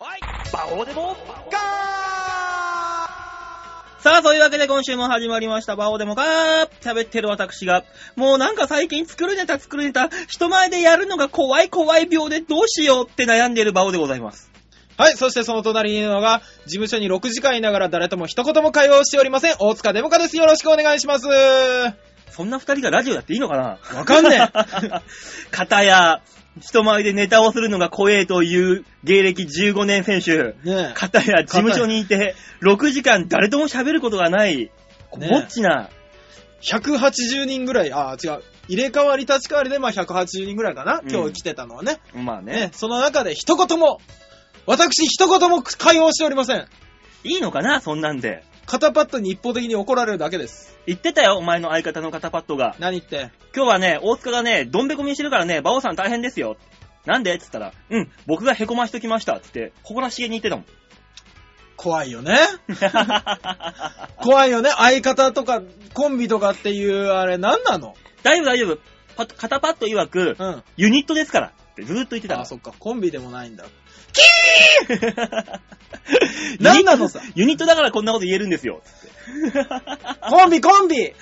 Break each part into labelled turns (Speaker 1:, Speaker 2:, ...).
Speaker 1: バオデモガ
Speaker 2: さあ、そういうわけで今週も始まりました。バオデモかー喋ってる私が、もうなんか最近作るネタ作るネタ、人前でやるのが怖い怖い病でどうしようって悩んでいるバオでございます。
Speaker 3: はい、そしてその隣にいるのが、事務所に6時間いながら誰とも一言も会話をしておりません、大塚デモカです。よろしくお願いします。
Speaker 2: そんな二人がラジオやっていいのかな
Speaker 3: わかん ね
Speaker 2: かたや、人前でネタをするのが怖えという芸歴15年選手。
Speaker 3: ね
Speaker 2: かたや事務所にいて、6時間誰とも喋ることがない、ぼ
Speaker 3: ね
Speaker 2: っちな、
Speaker 3: 180人ぐらい、あー、違う。入れ替わり立ち替わりで、まあ、180人ぐらいかな、
Speaker 2: うん
Speaker 3: 今日来てたのはね。
Speaker 2: まあ
Speaker 3: ね、その中で一言も、私一言も会話をしておりません。
Speaker 2: いいのかなそんなんで。
Speaker 3: 肩パッドに一方的に怒られるだけです。
Speaker 2: 言ってたよ、お前の相方の肩パッドが。
Speaker 3: 何言って。
Speaker 2: 今日はね、大塚がね、どんべこみにしてるからね、馬王さん大変ですよ。なんでっつったら、うん、僕がへこましときました。つって、誇らしげに言って たもん。
Speaker 3: 怖いよ ね。怖いよね。相方とか、コンビとかっていう、あれ何なの
Speaker 2: 大丈夫大丈夫。パッ肩パッド曰く、
Speaker 3: うん。
Speaker 2: ユニットですから。ってずーっと言ってた
Speaker 3: あ
Speaker 2: の
Speaker 3: あ、そっか。コンビでもないんだ。
Speaker 2: ユニット
Speaker 3: 何なのさ
Speaker 2: ユニットだからこんなこと言えるんですよ。つって
Speaker 3: コンビコンビ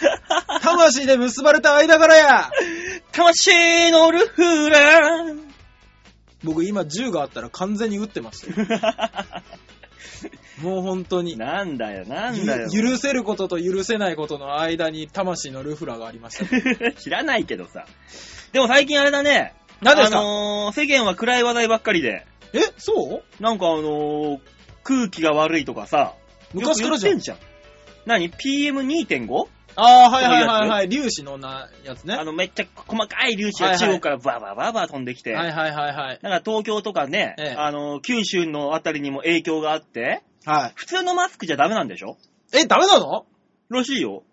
Speaker 3: 魂で結ばれた間柄や
Speaker 2: 魂のルフラン。
Speaker 3: 僕今銃があったら完全に撃って ましたよ。もう本当に。
Speaker 2: なんだよ、なんだよ。
Speaker 3: ゆ許せることと許せないことの間に魂のルフラがありま した。
Speaker 2: 知らないけどさ。でも最近あれだね。
Speaker 3: 何ですか
Speaker 2: あのー、世間は暗い話題ばっかりで、
Speaker 3: え、そう
Speaker 2: なんかあのー、空気が悪いとかさ、
Speaker 3: 昔からじゃ
Speaker 2: よ
Speaker 3: ん
Speaker 2: く言ってん。じゃん。何 ?PM2.5?
Speaker 3: ああ、はいはいはいはい。粒子のなやつね。
Speaker 2: あ
Speaker 3: は
Speaker 2: の、めっちゃ細かい粒子が
Speaker 3: はい
Speaker 2: 中
Speaker 3: はい
Speaker 2: 国からバーバーバーバー飛んできて、
Speaker 3: いはいはいはい。
Speaker 2: なんか東京とかね、
Speaker 3: ええ
Speaker 2: あのー、九州のあたりにも影響があって、
Speaker 3: は
Speaker 2: 普通のマスクじゃダメなんでしょ
Speaker 3: い。え、ダメなの
Speaker 2: らしいよ。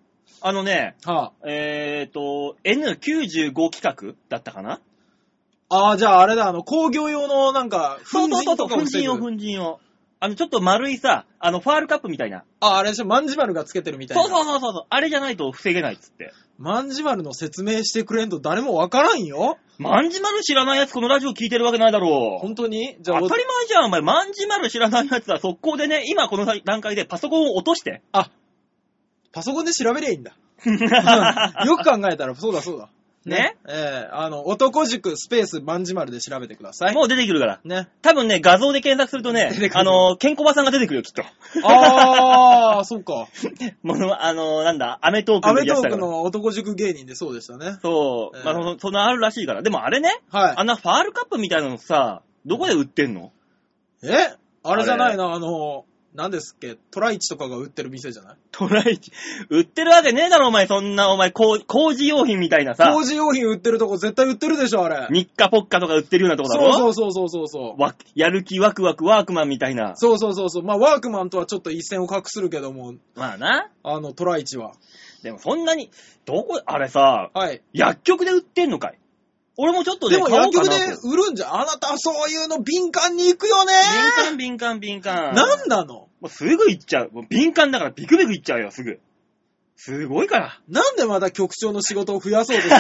Speaker 2: あのね、
Speaker 3: は
Speaker 2: えっ、ー、と、N95 規格だったかな
Speaker 3: あ。ああ、じゃああれだ、あの、工業用のなんか、
Speaker 2: そ
Speaker 3: 粉
Speaker 2: うそう
Speaker 3: 塵
Speaker 2: そうそ
Speaker 3: と
Speaker 2: う、
Speaker 3: か
Speaker 2: 粉
Speaker 3: を防
Speaker 2: 塵を
Speaker 3: ぐ。
Speaker 2: 粉塵を。あの、ちょっと丸いさ、あの、ファールカップみたいな。
Speaker 3: ああ、あれでしょ、まんじまるがつけてるみたいな。
Speaker 2: そうそうそうそう、あれじゃないと防げないっつって。
Speaker 3: まんじまるの説明してくれんと誰もわからんよ。
Speaker 2: 万事丸知らないやつこのラジオ聞いてるわけないだろう。
Speaker 3: 本当にじゃあ、
Speaker 2: 当たり前じゃん、お前。万事丸知らないやつは速攻でね、今この段階でパソコンを落として。
Speaker 3: パソコンで調べりゃいいんだ。
Speaker 2: よ
Speaker 3: よく考えたら、そうだそうだ。
Speaker 2: ね。
Speaker 3: ええあの、男塾スペースまんじまるで調べてください。
Speaker 2: もう出てくるから。
Speaker 3: ね。
Speaker 2: 多分ね、画像で検索するとね
Speaker 3: 出て、くる
Speaker 2: あの、ケンコバさんが出てくるよ、きっと。
Speaker 3: あー、そうか。
Speaker 2: もう、あの、なんだ、アメトーク
Speaker 3: ア
Speaker 2: の
Speaker 3: メ
Speaker 2: や
Speaker 3: ト
Speaker 2: つだ
Speaker 3: ー
Speaker 2: か
Speaker 3: ク
Speaker 2: ら。
Speaker 3: の男塾芸人でそうでしたね。
Speaker 2: そう。まあ、
Speaker 3: ええ
Speaker 2: その、そのあるらしいから。でもあれね、
Speaker 3: は
Speaker 2: あんなファールカップみたいなのさ、どこで売ってんの
Speaker 3: い。えあれじゃないな、あの、なんですっけ、トライチとかが売ってる店じゃない
Speaker 2: トライチ。売ってるわけねえだろ、お前。そんな、お前、工工事用品みたいなさ。
Speaker 3: 工事用品売ってるとこ絶対売ってるでしょ、あれ。
Speaker 2: 日課ポッカとか売ってるようなとこだろ
Speaker 3: そうそうそうそうそう。
Speaker 2: わやる気ワクワクワークマンみたいな。
Speaker 3: そうそうそうそう。まあ、ワークマンとはちょっと一線を画するけども、
Speaker 2: まあな。
Speaker 3: あの、トライチは。
Speaker 2: でもそんなに、どこ、あれさ、
Speaker 3: はい。
Speaker 2: 薬局で売ってんのかい俺もちょっとね、
Speaker 3: でも
Speaker 2: 買お
Speaker 3: 薬
Speaker 2: うか
Speaker 3: 局で
Speaker 2: なと
Speaker 3: 売るんじゃん。あなたはそういうの敏感に行くよね
Speaker 2: 敏感、敏感、敏感。
Speaker 3: なんなの
Speaker 2: もうすぐ行っちゃう。もう敏感だからビクビク行っちゃうよ、すぐ。すごい から。
Speaker 3: なんでまた局長の仕事を増やそうとす る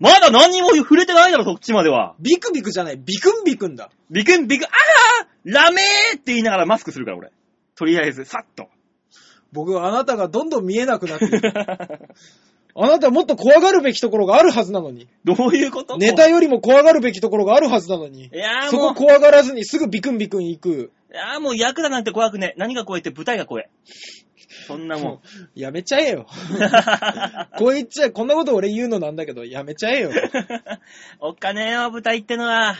Speaker 2: まだ何にも触れてないだろ、そっちまでは。
Speaker 3: ビクビクじゃない、ビクンビクンだ。
Speaker 2: ビクンビクン、ああラメーって言いながらマスクするから、俺。とりあえず、さっ と。
Speaker 3: 僕はあなたがどんどん見えなくなっていく。 あなたはもっと怖がるべきところがあるはずなのに。
Speaker 2: どういうこと
Speaker 3: ネタよりも怖がるべきところがあるはずなのに
Speaker 2: い。やー
Speaker 3: そ
Speaker 2: もう
Speaker 3: こ、怖がらずにすぐビクンビクン行く。
Speaker 2: いやーもう役だなんて怖くねえ。何が怖いって舞台が怖え。そんなもん。
Speaker 3: やめちゃえ よ。こう言っちゃえ、こんなこと俺言うのなんだけど、やめちゃ えよ。ね
Speaker 2: おっかねえよ、舞台ってのは。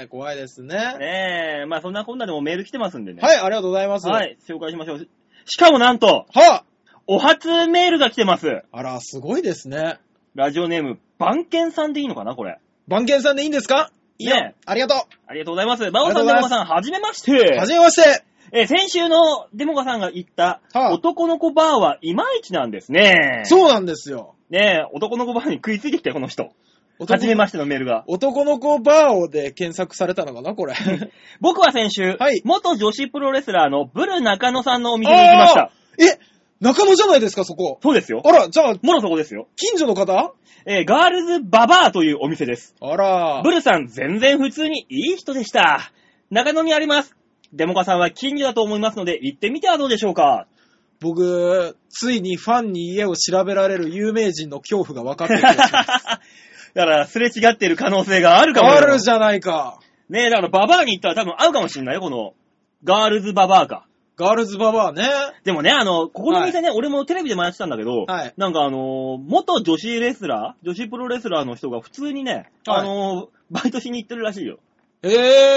Speaker 3: え、怖いですね。
Speaker 2: ねえ、まあそんなこんなでもメール来てますんでね。
Speaker 3: はい、ありがとうございます。
Speaker 2: は。い、紹介しましょう。しかもなんと、
Speaker 3: は
Speaker 2: お初メールが来てます。
Speaker 3: あ、あら、すごいですね。
Speaker 2: ラジオネーム、番犬さんでいいのかな、これ。
Speaker 3: 番犬さんでいいんですかいいよ
Speaker 2: ねえ
Speaker 3: ありがと
Speaker 2: ありがとうございます。バオさん、
Speaker 3: あり
Speaker 2: デモカ
Speaker 3: がとうござ
Speaker 2: さん、はじめまして
Speaker 3: う。。はじめまして。
Speaker 2: えー、先週のデモカさんが言った、
Speaker 3: はい
Speaker 2: 男の子バーはいまいちなんですね。
Speaker 3: そうなんですよ。
Speaker 2: ねえ、男の子バーに食いついてきたよ、この人。
Speaker 3: 男
Speaker 2: はじめましてのメールが。
Speaker 3: 男の子バーオで検索されたのか な、これ。
Speaker 2: 僕は先週、
Speaker 3: はい
Speaker 2: 元女子プロレスラーのブル中野さんのお店に行きました。
Speaker 3: え、中野じゃないですか、そこ。
Speaker 2: そうですよ。
Speaker 3: あら、じゃあ、
Speaker 2: もろそこですよ。
Speaker 3: 近所の方
Speaker 2: えーガールズババアというお店です。
Speaker 3: あら
Speaker 2: ブ。ルさん全然普通にいい人でした。中野にあります。デモカさんは金魚だと思いますので、行ってみてはどうでしょう か。
Speaker 3: 僕、ついにファンに家を調べられる有名人の恐怖が分か ってきて
Speaker 2: だから、すれ違ってる可能性があるかもよ。
Speaker 3: あるじゃないか。
Speaker 2: ねえ、だから、ババアに行ったら多分合うかもしんないよ、この、ガールズババアか。
Speaker 3: ガールズババアね。
Speaker 2: でもね、あの、ここの店ね、俺もテレビでもやってたんだけど、
Speaker 3: はい
Speaker 2: なんかあのー、元女子レスラー、女子プロレスラーの人が普通にね、
Speaker 3: はい
Speaker 2: あのー、バイトしに行ってるらしいよ。
Speaker 3: え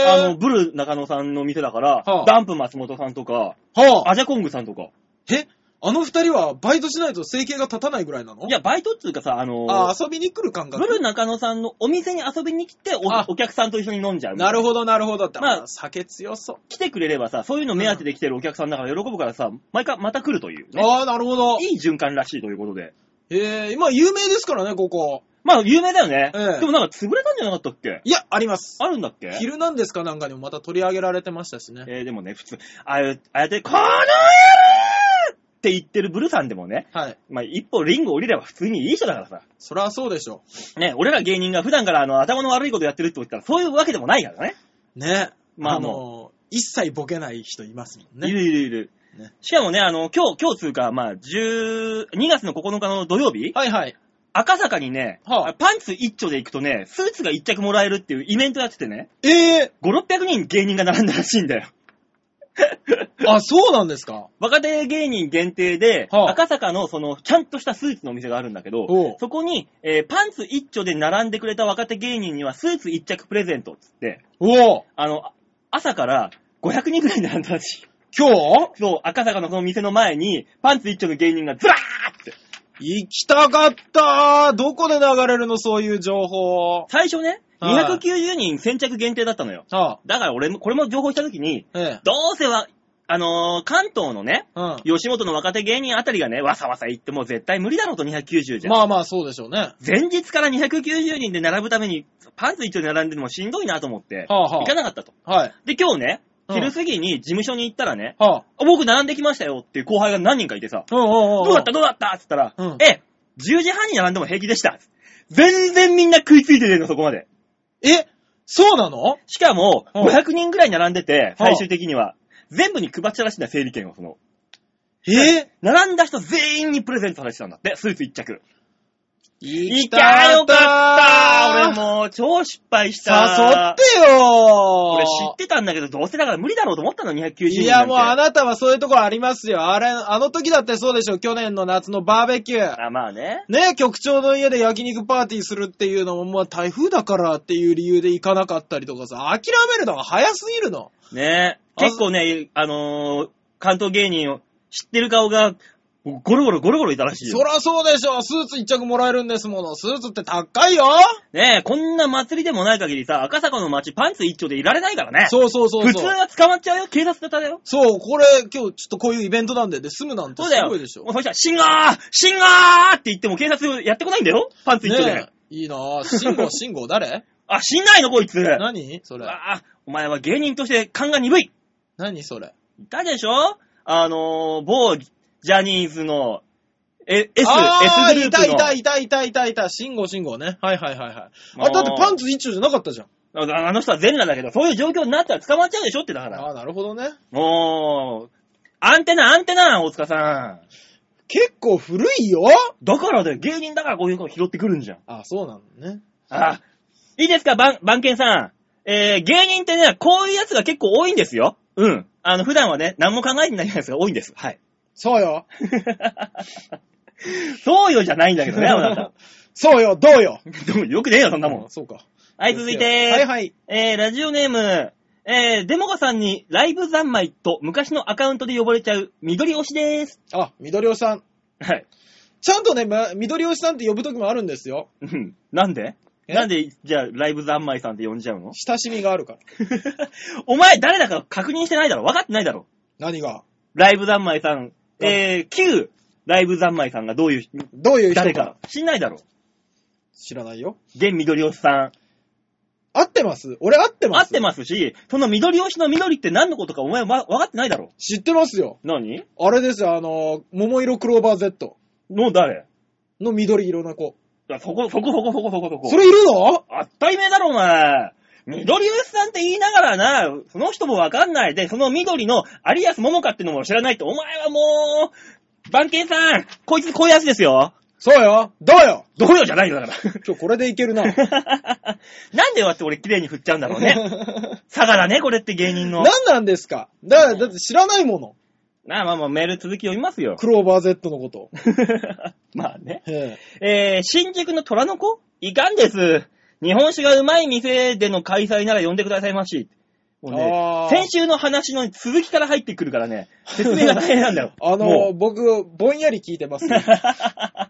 Speaker 2: あの、
Speaker 3: ー。
Speaker 2: ブル中野さんの店だから、
Speaker 3: はあ
Speaker 2: ダンプ松本さんとか、
Speaker 3: はあ、
Speaker 2: アジャコングさんとか。
Speaker 3: えあの二人はバイトしないと生計が立たないぐらいなの
Speaker 2: いや、バイトっつうかさ、あのー
Speaker 3: あ、遊びに来る感
Speaker 2: ブ
Speaker 3: 覚。
Speaker 2: ル中野さんのお店に遊びに来て
Speaker 3: あ
Speaker 2: お、お客さんと一緒に飲んじゃう。
Speaker 3: なるほど、なるほど。
Speaker 2: まあ
Speaker 3: まあ、酒強そ
Speaker 2: 来てくれればさ、そういうの目当てで来てるお客さんだから喜ぶからさ、毎回また来るという、
Speaker 3: う。
Speaker 2: ね。
Speaker 3: ああ、なるほど。
Speaker 2: いい循環らしいということで。
Speaker 3: えー、今有名ですからね、ここ。
Speaker 2: まあ、有名だよね。
Speaker 3: ええ
Speaker 2: でもなんか潰れたんじゃなかったっけ
Speaker 3: いや、あります。
Speaker 2: あるんだっけ
Speaker 3: 昼なんですかなんかにもまた取り上げられてましたしね。
Speaker 2: えーでもね、普通、ああいう、ああやって、この野郎って言ってるブルさんでもね、
Speaker 3: はい。
Speaker 2: まあ、一歩リング降りれば普通にいい人だからさ。
Speaker 3: そりゃそうでしょ。
Speaker 2: ね、俺ら芸人が普段からあの、頭の悪いことやってるって言ったら、そういうわけでもないからね。
Speaker 3: ね。
Speaker 2: まあ
Speaker 3: あの、一切ボケない人いますもん
Speaker 2: い
Speaker 3: ね。
Speaker 2: るいるいる。
Speaker 3: ね
Speaker 2: しかもね、あの、今日、今日つうか、まあ、10、2月の9日の土曜日、
Speaker 3: はいはい。
Speaker 2: 赤坂にね、
Speaker 3: はあ
Speaker 2: パンツ一丁で行くとね、スーツが一着もらえるっていうイベントやっててね、
Speaker 3: ええ
Speaker 2: 5、600人芸人が並んだらしいんだよ。
Speaker 3: あ、そうなんですか
Speaker 2: 若手芸人限定で、
Speaker 3: はあ
Speaker 2: 赤坂のその、ちゃんとしたスーツのお店があるんだけ
Speaker 3: お
Speaker 2: ど
Speaker 3: う、
Speaker 2: そこに、えーパンツ一丁で並んでくれた若手芸人にはスーツ一着プレゼントっつって、
Speaker 3: おお
Speaker 2: あの、あ朝から500人くらい並んだらしい。
Speaker 3: 今日
Speaker 2: そう、赤坂のその店の前に、パンツ一丁の芸人がずらーって。
Speaker 3: 行きたかったどこで流れるのそういう情報。
Speaker 2: 最初ね、
Speaker 3: はい
Speaker 2: 290人先着限定だったのよ。
Speaker 3: あ
Speaker 2: だから俺も、これも情報した時に、
Speaker 3: ええ。
Speaker 2: どうせは、あのー関東のね、
Speaker 3: うん。
Speaker 2: 吉本の若手芸人あたりがね、わさわさ行っても絶対無理だろうと290じゃん。
Speaker 3: まあまあ、そうでしょうね。は
Speaker 2: 前日から290人で並ぶために、パンツ一丁に並んでるのもしんどいなと思って、
Speaker 3: あ、は
Speaker 2: 行かなかったと。
Speaker 3: あ、はい。
Speaker 2: で、今日ね、
Speaker 3: うん
Speaker 2: 昼過ぎに事務所に行ったらね、
Speaker 3: はあ。
Speaker 2: あ僕並んできましたよっていう後輩が何人かいてさ、
Speaker 3: うんうんうんう
Speaker 2: ど
Speaker 3: ん。
Speaker 2: うだったどうだったっつったら、
Speaker 3: うん
Speaker 2: え、10時半に並んでも平気でした。全然みんな食いついてるの、そこまで。
Speaker 3: えそうなの
Speaker 2: しかも、
Speaker 3: うん
Speaker 2: 500人ぐらい並んでて、
Speaker 3: うん
Speaker 2: 最終的には、全部に配っちゃらしいんだ、整理券を、その。
Speaker 3: ええ
Speaker 2: 並んだ人全員にプレゼントされてたんだって、スーツ1着。
Speaker 3: 行
Speaker 2: いやよかった
Speaker 3: ー
Speaker 2: 俺もう超失敗した。
Speaker 3: 誘ってよー
Speaker 2: 俺知ってたんだけど、どうせだから無理だろうと思ったの、290人なんて。
Speaker 3: いや、もうあなたはそういうところありますよ。あれ、あの時だってそうでしょ。去年の夏のバーベキュー。
Speaker 2: あ、まあね。
Speaker 3: ね、局長の家で焼肉パーティーするっていうのも、まあ台風だからっていう理由で行かなかったりとかさ、諦めるのが早すぎるの。
Speaker 2: ね
Speaker 3: あ
Speaker 2: 結構ね、あのー関東芸人を知ってる顔が、ゴロゴロゴロゴロいたらしい
Speaker 3: そ
Speaker 2: よ。
Speaker 3: らそうでしょ。スーツ一着もらえるんですもの。スーツって高いよ。
Speaker 2: ねこんな祭りでもない限りさ、赤坂の街パンツ一丁でいられないからね。
Speaker 3: そうそうそう
Speaker 2: 普通
Speaker 3: そう。
Speaker 2: は捕まっちゃうよ、警察だったよ。
Speaker 3: そう、これ今日ちょっとこういうイベントなんで、で、済むなんて
Speaker 2: そう
Speaker 3: す
Speaker 2: だよ。
Speaker 3: ごいでしょ
Speaker 2: も。うそしたら、シンガーシンガーって言っても警察やってこないんだよパンツ一丁で。
Speaker 3: ねいいなぁ。信 号、信号誰
Speaker 2: あ、死んないのこいつ。
Speaker 3: 何それ。
Speaker 2: ああ、お前は芸人として勘が鈍い。
Speaker 3: 何それ。
Speaker 2: いたでしょあのー、某ジャニーズの、え、S、S
Speaker 3: あ
Speaker 2: グ
Speaker 3: ー
Speaker 2: ルー
Speaker 3: いた
Speaker 2: プの。
Speaker 3: いたいたいたいたいた、信号信号ね。はいはいはいはい。
Speaker 2: もう
Speaker 3: あ、だってパンツ一丁じゃなかったじゃん。
Speaker 2: ああの人は全裸だけど、そういう状況になったら捕まっちゃうでしょってだから。
Speaker 3: あーなるほどね。
Speaker 2: もう、アンテナ、アンテナ、大塚さん。
Speaker 3: 結構古いよ
Speaker 2: だからだよ、芸人だからこういうこと拾ってくるんじゃん。
Speaker 3: あ、そうなのね。
Speaker 2: あ、いいですか、番、番犬さん。えー、芸人ってね、こういうやつが結構多いんですよ。うん。あの、普段はね、何も考えてないやつが多いんです。はい。
Speaker 3: そうよ。
Speaker 2: そうよじゃないんだけどね、あなた。
Speaker 3: そうよ、どうよ。
Speaker 2: でもよくねえよ、そんなもん
Speaker 3: あ。そうか。
Speaker 2: はい、続いて。
Speaker 3: はいはい。
Speaker 2: えー、ラジオネーム、えー、デモカさんにライブ三昧と昔のアカウントで呼ばれちゃう緑推しです。
Speaker 3: あ、緑吉さん。
Speaker 2: はい。
Speaker 3: ちゃんとね、ま、緑吉さんって呼ぶときもあるんですよ。
Speaker 2: うんなんで
Speaker 3: え
Speaker 2: なんで、じゃあ、ライブ三昧さんって呼んじゃうの
Speaker 3: 親しみがあるから。
Speaker 2: お前、誰だか確認してないだろ分かってないだろ
Speaker 3: 何が
Speaker 2: ライブ三昧さん、えー、旧ライブ三昧さんがどういう、
Speaker 3: どういう人
Speaker 2: 誰
Speaker 3: か
Speaker 2: か知んないだろ
Speaker 3: 知らないよ。
Speaker 2: 現緑推しさん。
Speaker 3: 合ってます俺合ってま
Speaker 2: 合っ
Speaker 3: す
Speaker 2: てますし、その緑推しの緑って何のことかお前わ分かってないだろ
Speaker 3: す。知ってますよ。
Speaker 2: 何
Speaker 3: あれですよ、あの、桃色クローバー Z
Speaker 2: の誰
Speaker 3: の緑色な子。
Speaker 2: いやそこ、そこ、そこ、そこ、そこ、そこ。
Speaker 3: それいるの
Speaker 2: あったいめだろ、お前。緑吉さんって言いながらな、その人もわかんないで、その緑の有安桃香ってのも知らないと、お前はもう、番犬さん、こいつこういうやつですよ。
Speaker 3: そうよどうよ
Speaker 2: どうよじゃないよ、だか
Speaker 3: 今日これでいけ るな。
Speaker 2: ら。なんでわって俺綺麗に振っちゃうんだろう ね。差がだね、これって芸人の。
Speaker 3: 何なんですかだから、だって知らないもの。
Speaker 2: なあ、まあまあメール続き読みますよ。
Speaker 3: クローバー Z のこと。
Speaker 2: まあね。
Speaker 3: ええ
Speaker 2: えー、新宿の虎の子いかんです。日本酒がうまい店での開催なら呼んでくださいまし。もうね
Speaker 3: あ、ー。
Speaker 2: 先週の話の続きから入ってくるからね、説明が大変なん だよ
Speaker 3: あの、
Speaker 2: も
Speaker 3: 僕、ぼんやり聞い てます。は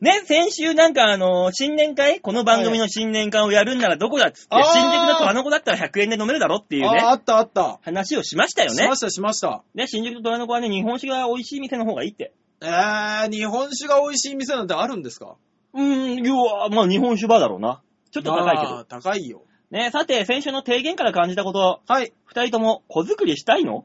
Speaker 2: うね、先週なんかあの、新年会この番組の新年会をやるんならどこだっつって、
Speaker 3: はい
Speaker 2: 新宿の虎の子だったら100円で飲めるだろっていう
Speaker 3: あ
Speaker 2: ね、
Speaker 3: あったあった。
Speaker 2: 話をしましたよ
Speaker 3: し
Speaker 2: ね
Speaker 3: ま。したしました。
Speaker 2: ね、新宿の虎の子はね、日本酒が美味しい店の方がいいって。
Speaker 3: えー、日本酒が美味しい店なんてあるんですか
Speaker 2: うーん、要は、まあ日本酒バーだろうな。ちょっと高いけ
Speaker 3: ま
Speaker 2: ど
Speaker 3: あ。高いよ。
Speaker 2: ね、さて、先週の提言から感じたこと、
Speaker 3: はい。
Speaker 2: 二人とも子作りしたいの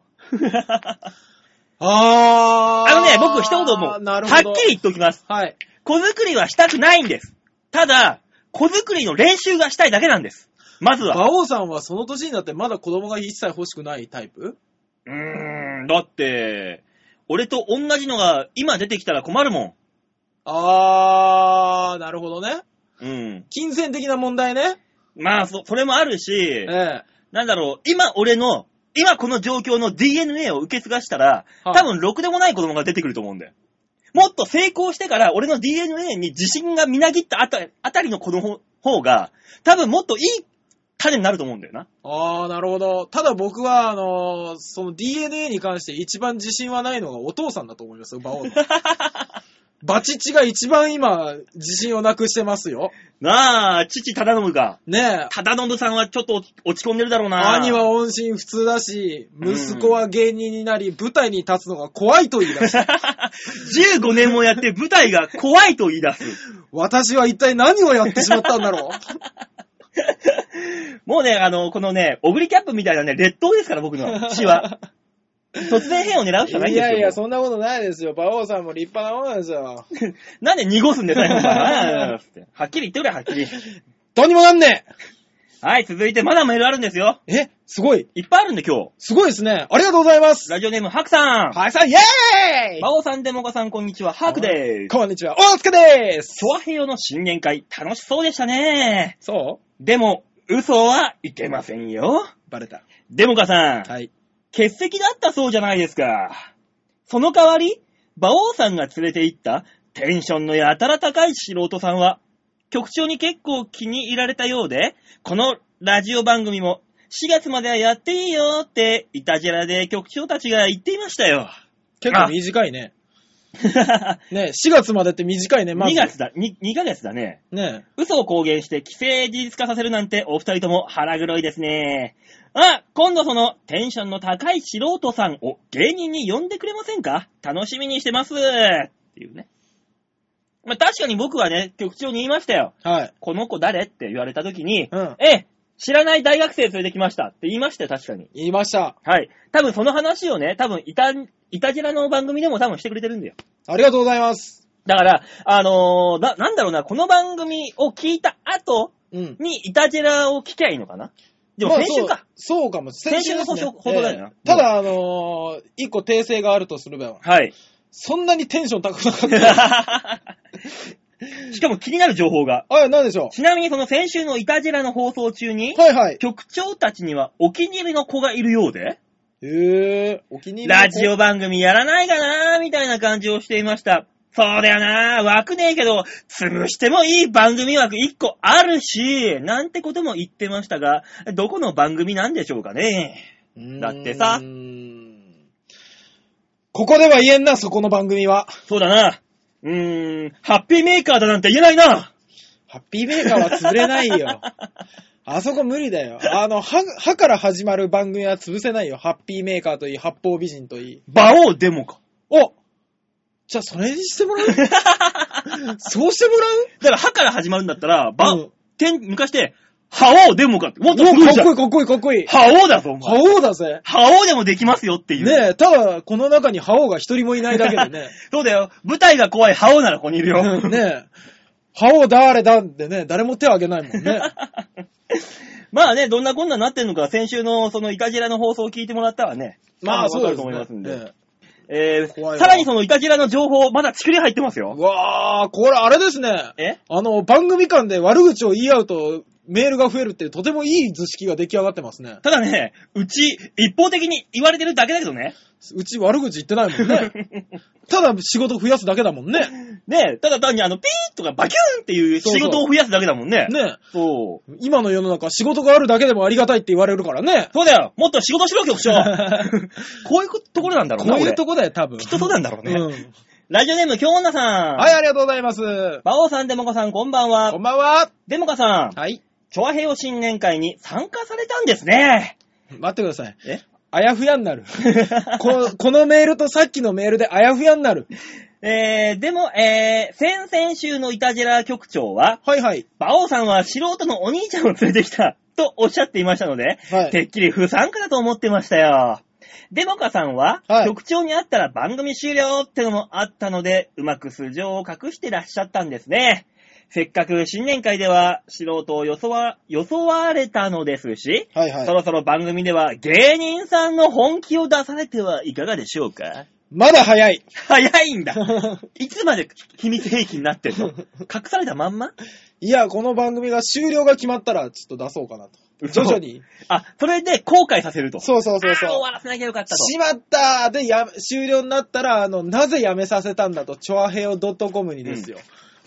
Speaker 2: あ
Speaker 3: あー。
Speaker 2: のね、僕一言もう、は
Speaker 3: な
Speaker 2: っ
Speaker 3: るほど。
Speaker 2: きり言っておきます。
Speaker 3: はい。
Speaker 2: 子作りはしたくないんです。ただ、子作りの練習がしたいだけなんです。まずは。
Speaker 3: 馬王さんはその年になってまだ子供が一切欲しくないタイプ
Speaker 2: うーん、だって、俺と同じのが今出てきたら困るも
Speaker 3: あー、なるほどね。
Speaker 2: ん。うん。
Speaker 3: 金銭的な問題ね。
Speaker 2: まあ、そ、それもあるし
Speaker 3: え、え
Speaker 2: なんだろう、今俺の、今この状況の DNA を受け継がしたら、
Speaker 3: はい
Speaker 2: 多分ろくでもない子供が出てくると思うんだよ。もっと成功してから、俺の DNA に自信がみなぎったあたあたりの子供方が、多分もっといい種になると思うんだよな。
Speaker 3: あー、なるほど。ただ僕は、あのーその DNA に関して一番自信はないのがお父さんだと思いますよ、馬 王の。バチッチが一番今、自信をなくしてますよ。
Speaker 2: なあ、父、忠信が。
Speaker 3: ねえ。
Speaker 2: 忠信さんはちょっと落ち落ち込んでるだろうな。
Speaker 3: 兄 は音信不通だし、息子は芸人になり、舞台に立つのが怖いと言い 出し、
Speaker 2: 15年もやって舞台が怖いと言い出す。
Speaker 3: 私は一体何をやってしまったんだろう。
Speaker 2: もうね、あの、このね、オグリキャップみたいなね、劣等ですから、僕の死は。突然変を狙うしかないん
Speaker 3: い
Speaker 2: ですよ。
Speaker 3: やいや、そんなことないですよ。馬王さんも立派なものなんですよ。
Speaker 2: なんで濁すんだよ、最後から。 はっきり言ってくれ、はっきり。
Speaker 3: どうにもなんね
Speaker 2: はい、続いて、まだメールあるんですよ。
Speaker 3: ええ、すごい。
Speaker 2: いっぱいあるんで、今
Speaker 3: すごいですね。ありがとうございます
Speaker 2: 日。。ラジオネーム、ハクさん。
Speaker 3: はい、さん、イェーイ
Speaker 2: バオさん、デモカさん、こんにちは。ハクでーす。
Speaker 3: こんにちは、大塚でーす
Speaker 2: ソアヘヨの新年会、楽しそうでしたね。
Speaker 3: そ
Speaker 2: でも、嘘はいけませんよ。
Speaker 3: うバレた。
Speaker 2: デモカさん、
Speaker 3: はい。
Speaker 2: 欠席だったそうじゃないですか。その代わり、馬王さんが連れて行ったテンションのやたら高い素人さんは、局長に結構気に入られたようで、このラジオ番組も4月まではやっていいよって、いたじらで局長たちが言っていましたよ。
Speaker 3: 結構短いね。
Speaker 2: 2
Speaker 3: ね、4月までって短いね、まず。
Speaker 2: 月だ、2, 2ヶ月だね。
Speaker 3: ね。
Speaker 2: 嘘を公言して規制事実化させるなんてお二人とも腹黒いですね。あ、今度そのテンションの高い素人さんを芸人に呼んでくれませんか楽しみにしてます。っていうね。まあ、確かに僕はね、局長に言いましたよ。
Speaker 3: はい。
Speaker 2: この子誰って言われた時に、
Speaker 3: うん。
Speaker 2: ええ、知らない大学生連れてきましたって言いましたよ、確かに。
Speaker 3: 言いました。
Speaker 2: はい。多分その話をね、多分いた、いたじらの番組でも多分してくれてるんだよ。
Speaker 3: ありがとうございます。
Speaker 2: だから、あのーな、なんだろうな、この番組を聞いた後、
Speaker 3: うん。
Speaker 2: にイタジェラを聞きゃいいのかなでも
Speaker 3: まあ
Speaker 2: 先週か。。
Speaker 3: そうそうかも。
Speaker 2: 先週の
Speaker 3: ですね
Speaker 2: ほどだよな
Speaker 3: ええただ、あのー、一個訂正があるとすれば、
Speaker 2: はい。
Speaker 3: そんなにテンション高くなかった。
Speaker 2: しかも気になる情報が。
Speaker 3: あ、なんでしょ
Speaker 2: ちなみにその先週のイタジェラの放送中に
Speaker 3: う。、はいはい。
Speaker 2: 局長たちにはお気に入りの子がいるようで、
Speaker 3: へえお気に入りの子。
Speaker 2: ラジオ番組やらないかなーみたいな感じをしていました。そうだよなー、枠ねえけど、潰してもいい番組枠1個あるし、なんてことも言ってましたが、どこの番組なんでしょうかね。だってさ
Speaker 3: うーん。ここでは言えんな、そこの番組は。
Speaker 2: そうだな。うーん、ハッピーメーカーだなんて言えないな。
Speaker 3: ハッピーメーカーは潰れないよ。 あそこ無理だよ。あの、は、はから始まる番組は潰せないよ。ハッピーメーカーといい、八方美人といい。
Speaker 2: 馬王デモか。
Speaker 3: おじゃあ、それにして もらうそうしてもらう
Speaker 2: だから、歯から始まるんだったら、ば、
Speaker 3: うん
Speaker 2: てん、昔で、覇王でもかって。もっとすご
Speaker 3: お
Speaker 2: い
Speaker 3: か
Speaker 2: じ
Speaker 3: っ
Speaker 2: ゃ
Speaker 3: こい
Speaker 2: ん。
Speaker 3: い、かっこいい、かっこいい。
Speaker 2: 覇王だぞ、お前。
Speaker 3: 覇王だぜ。
Speaker 2: 覇王でもできますよっていう。
Speaker 3: ねえ、ただ、この中に覇王が一人もいないだけでね。
Speaker 2: そうだよ。舞台が怖い覇王ならここにいるよ。
Speaker 3: ねえ、覇王誰だってね、誰も手を挙げないもんね。
Speaker 2: まあね、どんなこんなになってんのか、先週のそのイカジラの放送を聞いてもらったらね、
Speaker 3: まあ、そうですね。
Speaker 2: わかると思いますんで。
Speaker 3: え
Speaker 2: え
Speaker 3: え怖い
Speaker 2: ー、
Speaker 3: わ
Speaker 2: さらにそのイカジラの情報、まだチクリ入ってますよ
Speaker 3: う。わー、これあれですね。
Speaker 2: え
Speaker 3: あの、番組間で悪口を言い合うと、メールが増えるっていう、とてもいい図式が出来上がってますね。
Speaker 2: ただね、うち、一方的に言われてるだけだけどね。
Speaker 3: うち悪口言ってないも んね。ただ仕事増やすだけだもんね。
Speaker 2: ねただ単にあの、ピーッとかバキューンっていう
Speaker 3: そうそう
Speaker 2: 仕事を増やすだけだもんね。
Speaker 3: ね
Speaker 2: そう。
Speaker 3: 今の世の中、仕事があるだけでもありがたいって言われるからね。
Speaker 2: そうだよもっと仕事しろ、 局長こういうこところなんだろうな、
Speaker 3: こういうと
Speaker 2: こ。
Speaker 3: こだよ、多分。
Speaker 2: きっとそうなんだろうね。
Speaker 3: うん
Speaker 2: ラジオネーム、京女さん。。
Speaker 3: はいい、ありがとうございます。
Speaker 2: 馬王さん、デモカさん、こんばん
Speaker 3: こ
Speaker 2: は。
Speaker 3: んばんは。
Speaker 2: デモカさん、
Speaker 3: はい。
Speaker 2: チョアヘヨ新年会に参加されたんですね。
Speaker 3: 待ってください。
Speaker 2: え
Speaker 3: あやふやになる。ここのメールとさっきのメールであやふやになる。
Speaker 2: えー、でも、えー、先々週のイタジラ局長は、
Speaker 3: はいはい。
Speaker 2: 馬王さんは素人のお兄ちゃんを連れてきたとおっしゃっていましたので、
Speaker 3: はい
Speaker 2: てっきり不参加だと思ってましたよ。デモカさんは、
Speaker 3: はい
Speaker 2: 局長に会ったら番組終了ってのもあったので、うまく素性を隠してらっしゃったんですね。せっかく新年会では素人を装わ、装われたのですし、
Speaker 3: はい
Speaker 2: そ
Speaker 3: はい。
Speaker 2: ろそろ番組では芸人さんの本気を出されてはいかがでしょうか
Speaker 3: まだ早い。
Speaker 2: 早い んだいつまで秘密兵器になってんの隠されたまんま
Speaker 3: いや、この番組が終了が決まったら、ちょっと出そうかなと。
Speaker 2: 嘘
Speaker 3: 徐々に。
Speaker 2: あ、それで後悔させると。
Speaker 3: そうそうそう
Speaker 2: あー
Speaker 3: そ
Speaker 2: 終
Speaker 3: う。
Speaker 2: わらせなきゃよかったと。
Speaker 3: しまったーで、や、終了になったら、あの、なぜやめさせたんだと、チョアヘオ .com にですよ。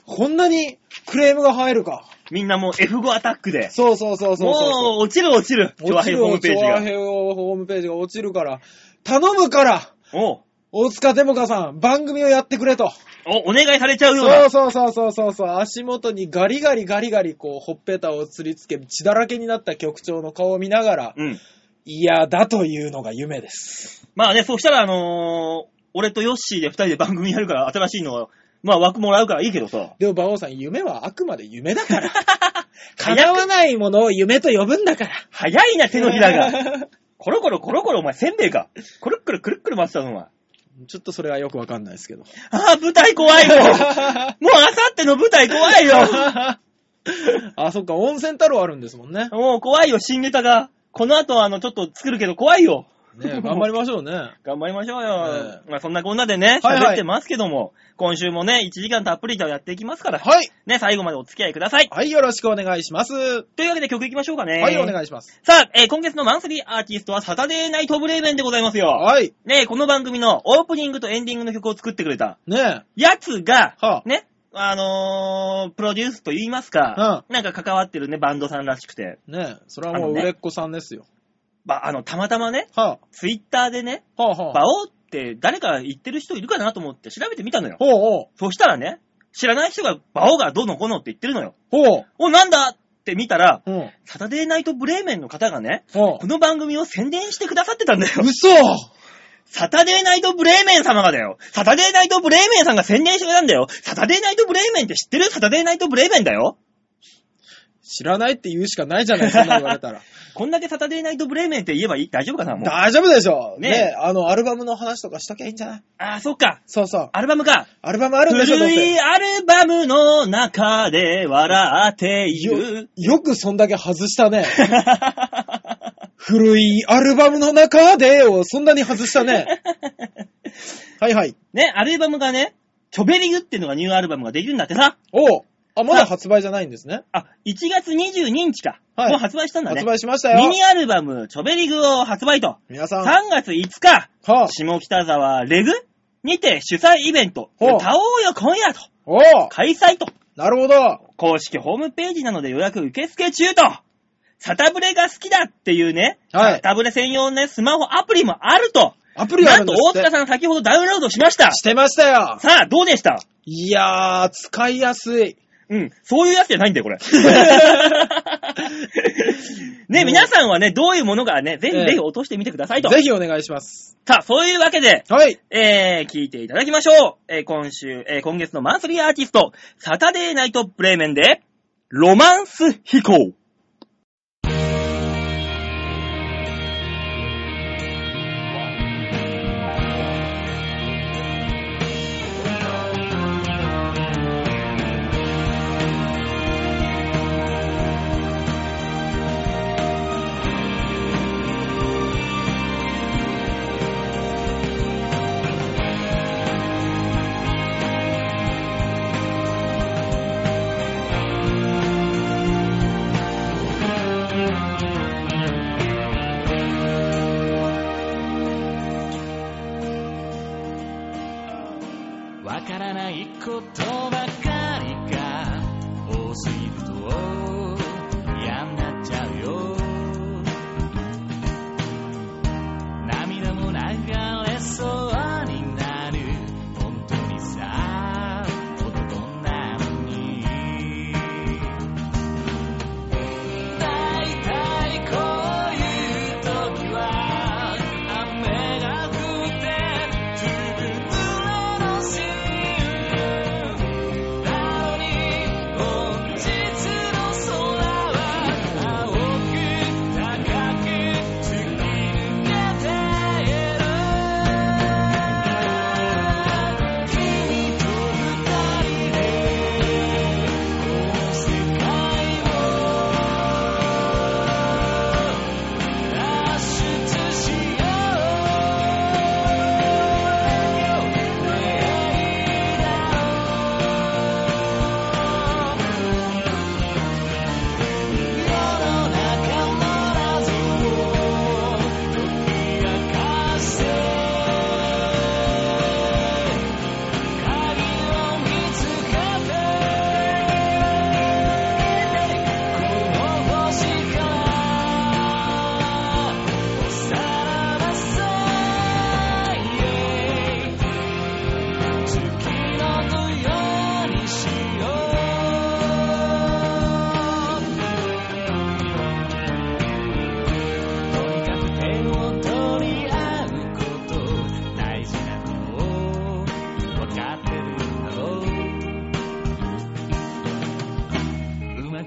Speaker 3: こんなにクレームが入るか。
Speaker 2: みんなもう F5 アタックで。
Speaker 3: そうそうそうそうそうそう。
Speaker 2: もう落ちる落ちる。
Speaker 3: 落ちる
Speaker 2: ホームページ
Speaker 3: チョア
Speaker 2: が。
Speaker 3: ヘオホームページが落ちるから、頼むから、
Speaker 2: おう
Speaker 3: 大塚デモカさん、番組をやってくれと。
Speaker 2: お、お願いされちゃうよう
Speaker 3: そ
Speaker 2: な
Speaker 3: う。そうそうそうそうそう、足元にガリガリガリガリ、こう、ほっぺたを吊りつけ、血だらけになった局長の顔を見ながら、
Speaker 2: うん。
Speaker 3: いやだというのが夢です。
Speaker 2: まあね、そうしたらあのー俺とヨッシーで二人で番組やるから、新しいのは、まあ枠もらうからいいけどさ。
Speaker 3: でも、馬王さん、夢はあくまで夢 だから。叶わないものを夢と呼ぶんだから。
Speaker 2: 早いな、手のひらが。
Speaker 3: が。
Speaker 2: コロコロコロコロ、お前、せんべいか。コロッくるくるっくる回したの、お 前。
Speaker 3: ちょっとそれはよくわかんないですけど。
Speaker 2: ああ、舞台怖 いよ。もう、あさっての舞台怖いよ。
Speaker 3: あ、そっか、温泉太郎あるんですもんね。
Speaker 2: もう怖いよ、新ネタが。この後、あの、ちょっと作るけど怖いよ。
Speaker 3: ね頑張りましょうね。
Speaker 2: 頑張りましょうよ。
Speaker 3: え
Speaker 2: まあそんなこんなでね、
Speaker 3: はい
Speaker 2: 喋
Speaker 3: はい
Speaker 2: ってますけども、今週もね、1時間たっぷりとやっていきますから、
Speaker 3: はい。
Speaker 2: ね、最後までお付き合いください。
Speaker 3: はい、よろしくお願いします。は
Speaker 2: というわけで曲いきましょうかね。
Speaker 3: い、お願いします。
Speaker 2: さあ、えー今月のマンスリーアーティストはサタデーナイトブレーメンでございますよ。
Speaker 3: はい。
Speaker 2: ね、この番組のオープニングとエンディングの曲を作ってくれた、
Speaker 3: ねえ。
Speaker 2: やつが、
Speaker 3: はあ
Speaker 2: ね、あのー、プロデュースと言いますか、なんか関わってるね、バンドさんらしくて。
Speaker 3: ねえ、それはもう売れっ子さんですよ。
Speaker 2: まあ、あの、たまたまね、
Speaker 3: は
Speaker 2: ツイッターでね、
Speaker 3: あ、はあ、は
Speaker 2: バ
Speaker 3: あ。
Speaker 2: オって誰か言ってる人いるかなと思って調べてみたのよ。
Speaker 3: ほうほう。
Speaker 2: そしたらね、知らない人がバオがどうのこうのって言ってるのよ。
Speaker 3: ほう。
Speaker 2: お、なんだって見たら、
Speaker 3: うん。
Speaker 2: サタデーナイトブレーメンの方がね、
Speaker 3: ほ
Speaker 2: この番組を宣伝してくださってたんだ
Speaker 3: う。
Speaker 2: よ。
Speaker 3: 嘘
Speaker 2: サタデーナイトブレーメン様がだよ。サタデーナイトブレーメンさんが宣伝してくれたんだよ。サタデーナイトブレーメンって知ってるサタデーナイトブレーメンだよ。
Speaker 3: 知らないって言うしかないじゃない、そんな言われ たら。
Speaker 2: こんだけサタデーナイトブレーメンって言えばいい大丈夫かなもう。
Speaker 3: 大丈夫でしょ
Speaker 2: ね
Speaker 3: ね
Speaker 2: え
Speaker 3: え、あの、アルバムの話とかしときゃいいんじゃない
Speaker 2: ああ、そっか。
Speaker 3: そうそう。
Speaker 2: アルバムか。
Speaker 3: アルバムあるんでしょ、どう
Speaker 2: 古
Speaker 3: せ
Speaker 2: いアルバムの中で笑ってい
Speaker 3: よ
Speaker 2: る。
Speaker 3: よくそんだけ外したね。古いアルバムの中でをそんなに外した ね。はいはい。
Speaker 2: ね、アルバムがね、チョベリグっていうのがニューアルバムができるんだってさ。
Speaker 3: おうあ、まだ発売じゃないんですね。
Speaker 2: あ、1月22日か。
Speaker 3: はい
Speaker 2: もう発売したんだね。
Speaker 3: 発売しましたよ
Speaker 2: ミ。ニアルバム、チョベリグを発売と。
Speaker 3: 皆さん。は
Speaker 2: 3月5日、
Speaker 3: あ、
Speaker 2: 下北沢レグにて主催イベント、
Speaker 3: ほう
Speaker 2: 歌おうよ今夜と、
Speaker 3: おう
Speaker 2: 開催と。
Speaker 3: なるほど。
Speaker 2: 公式ホームページなどで予約受付中と。サタブレが好きだっていうね、
Speaker 3: はい
Speaker 2: サタブレ専用のね、スマホアプリもあると。
Speaker 3: アプリがあ
Speaker 2: な
Speaker 3: る
Speaker 2: んと
Speaker 3: んですっ
Speaker 2: 大
Speaker 3: て
Speaker 2: 塚さん先ほどダウンロードしました。
Speaker 3: してましたよ。
Speaker 2: さあ、どうでした
Speaker 3: いやー、使いやすい。
Speaker 2: うん。そういうやつじゃないんだよ、こ れ。ね、皆さんはね、どういうものがね、ぜひ
Speaker 3: ええ
Speaker 2: ぜひ落としてみてくださいと。
Speaker 3: ぜひお願いします。
Speaker 2: さあ、そういうわけで、
Speaker 3: はい。
Speaker 2: えー、聞いていただきましょう。えー、今週、えー、今月のマンスリーアーティスト、サタデーナイトブレーメンで、ロマンス飛行。
Speaker 1: 「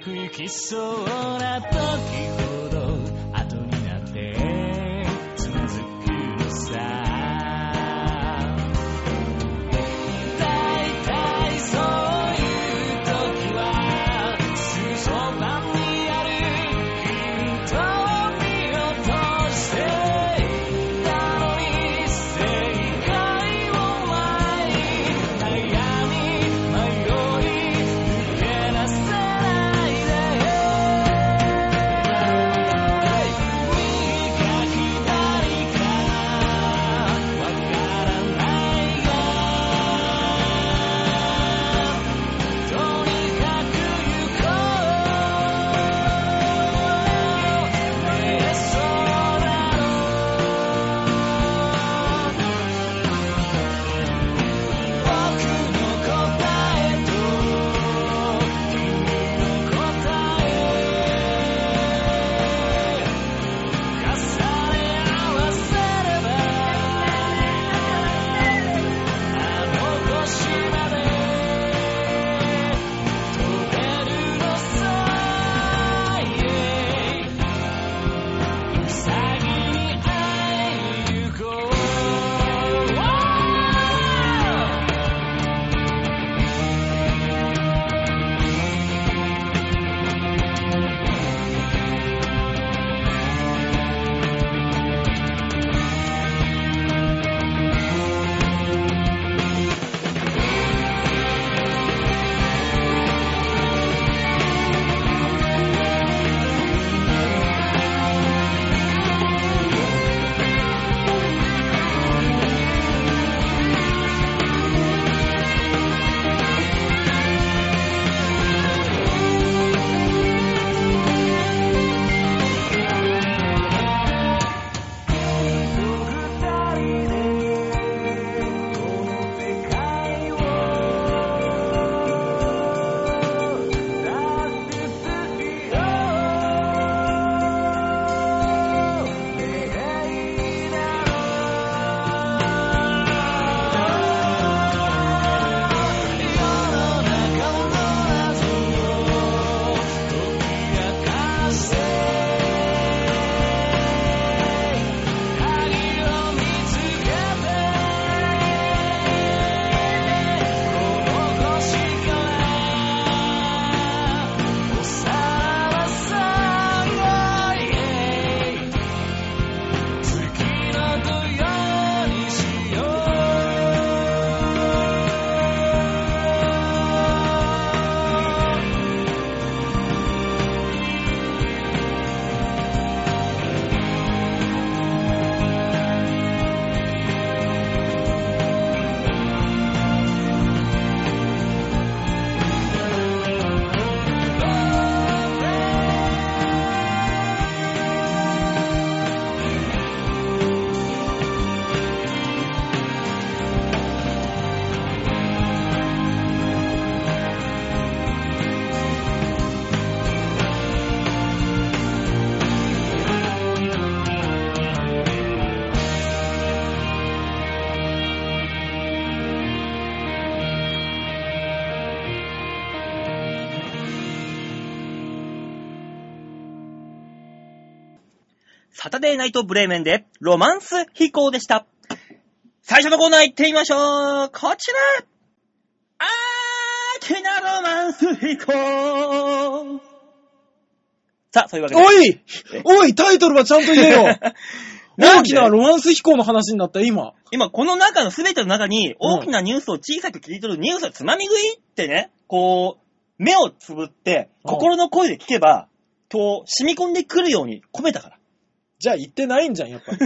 Speaker 1: く行きそうな時ほど後になってつまずくのさ大体そういう時はすぐそばにあるヒントを見落としていたのに正解を前に悩み迷い抜け出せないで右か左かわからないがとにかく行こう目指そうだろ僕の答えと君の答え重ね合わせればあの星まで飛べるのさウサギに会いに行こう僕二人でこの世界を脱出しよう願いだろう世の中の謎を解き明かせ「鍵を見つけて」「君の答えを」「この星からおさらさんへ」「月の土曜にしよう」
Speaker 2: サタデーナイトブレーメンでロマンス飛行でした。最初のコーナー行ってみましょう。こちらあーきなロマンス飛行さあ、そういうわけで。
Speaker 3: おいおい、タイトルはちゃんと言えよ
Speaker 2: なんで
Speaker 3: 大きなロマンス飛行の話になった、今。
Speaker 2: 今、この中の全ての中に、大きなニュースを小さく切り取るニュースつまみ食いってね、こう、目をつぶって、
Speaker 3: うん
Speaker 2: 心の声で聞けば、こう、染み込んでくるように込めたから。
Speaker 3: じゃあ言ってないんじゃん、やっぱ り。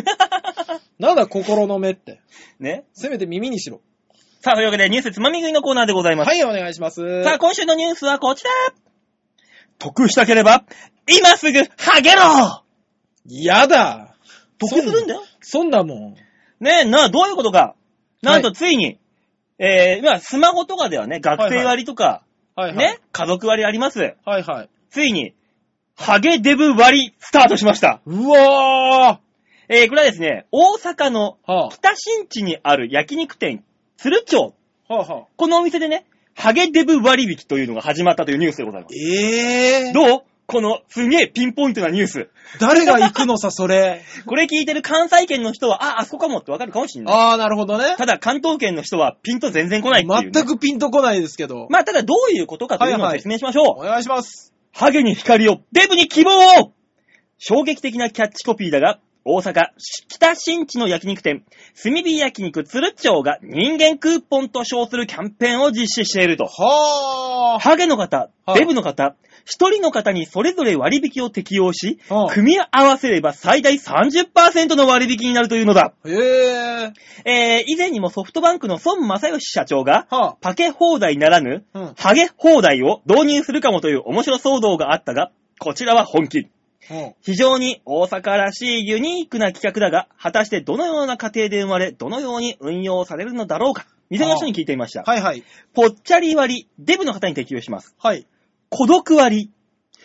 Speaker 3: なんだ、心の目って。
Speaker 2: ね。
Speaker 3: せめて耳にしろ。
Speaker 2: さあ、というわけで、ニュースつまみ食いのコーナーでございます。
Speaker 3: はい、お願いします。
Speaker 2: さあ、今週のニュースはこちら得したければ、今すぐ、ハゲろ
Speaker 3: やだ
Speaker 2: 得するんだよ。
Speaker 3: そんなもん。
Speaker 2: ねえ、なあ、どういうことか。なんと、
Speaker 3: は
Speaker 2: ついに、えー、まあ、スマホとかではね、学生割とか、
Speaker 3: はいはい。
Speaker 2: ね、家族割あります。
Speaker 3: はいはい。
Speaker 2: ついに、ハゲデブ割スタートしました。
Speaker 3: うわ
Speaker 2: えー、これはですね、大阪の
Speaker 3: ーはあ、は
Speaker 2: 北新地にある焼肉店、鶴町。
Speaker 3: あはあ。
Speaker 2: このお店でね、ハゲデブ割引というのが始まったというニュースでございます。
Speaker 3: ええー。
Speaker 2: どうこのすげえピンポイントなニュース。
Speaker 3: 誰が行くのさ、それ。
Speaker 2: これ聞いてる関西圏の人は、あ、あそこかもってわかるかもしんない。
Speaker 3: ああ、なるほどね。
Speaker 2: ただ関東圏の人はピンと全然来ないっていうね、
Speaker 3: 全くピンとこないですけど。
Speaker 2: まあ、ただどういうことかというのを説明しましょう。
Speaker 3: お願いします。
Speaker 2: ハゲに光を、デブに希望を衝撃的なキャッチコピーだが、大阪、北新地の焼肉店、炭火焼肉鶴町が人間クーポンと称するキャンペーンを実施していると。
Speaker 3: はあ。
Speaker 2: ハゲの方、
Speaker 3: はい
Speaker 2: デブの方、一人の方にそれぞれ割引を適用し
Speaker 3: うん、
Speaker 2: 組み合わせれば最大30%の割引になるというのだ。
Speaker 3: へえ。
Speaker 2: えー、以前にもソフトバンクの孫正義社長が、
Speaker 3: は
Speaker 2: パケ放題ならぬ、
Speaker 3: あ。うん。
Speaker 2: ハゲ放題を導入するかもという面白騒動があったが、こちらは本気。
Speaker 3: うん。
Speaker 2: 非常に大阪らしいユニークな企画だが、果たしてどのような過程で生まれ、どのように運用されるのだろうか。店の人に聞いてみました。
Speaker 3: はいはい。
Speaker 2: ぽっちゃり割、デブの方に適用します。
Speaker 3: はい。
Speaker 2: 孤独割、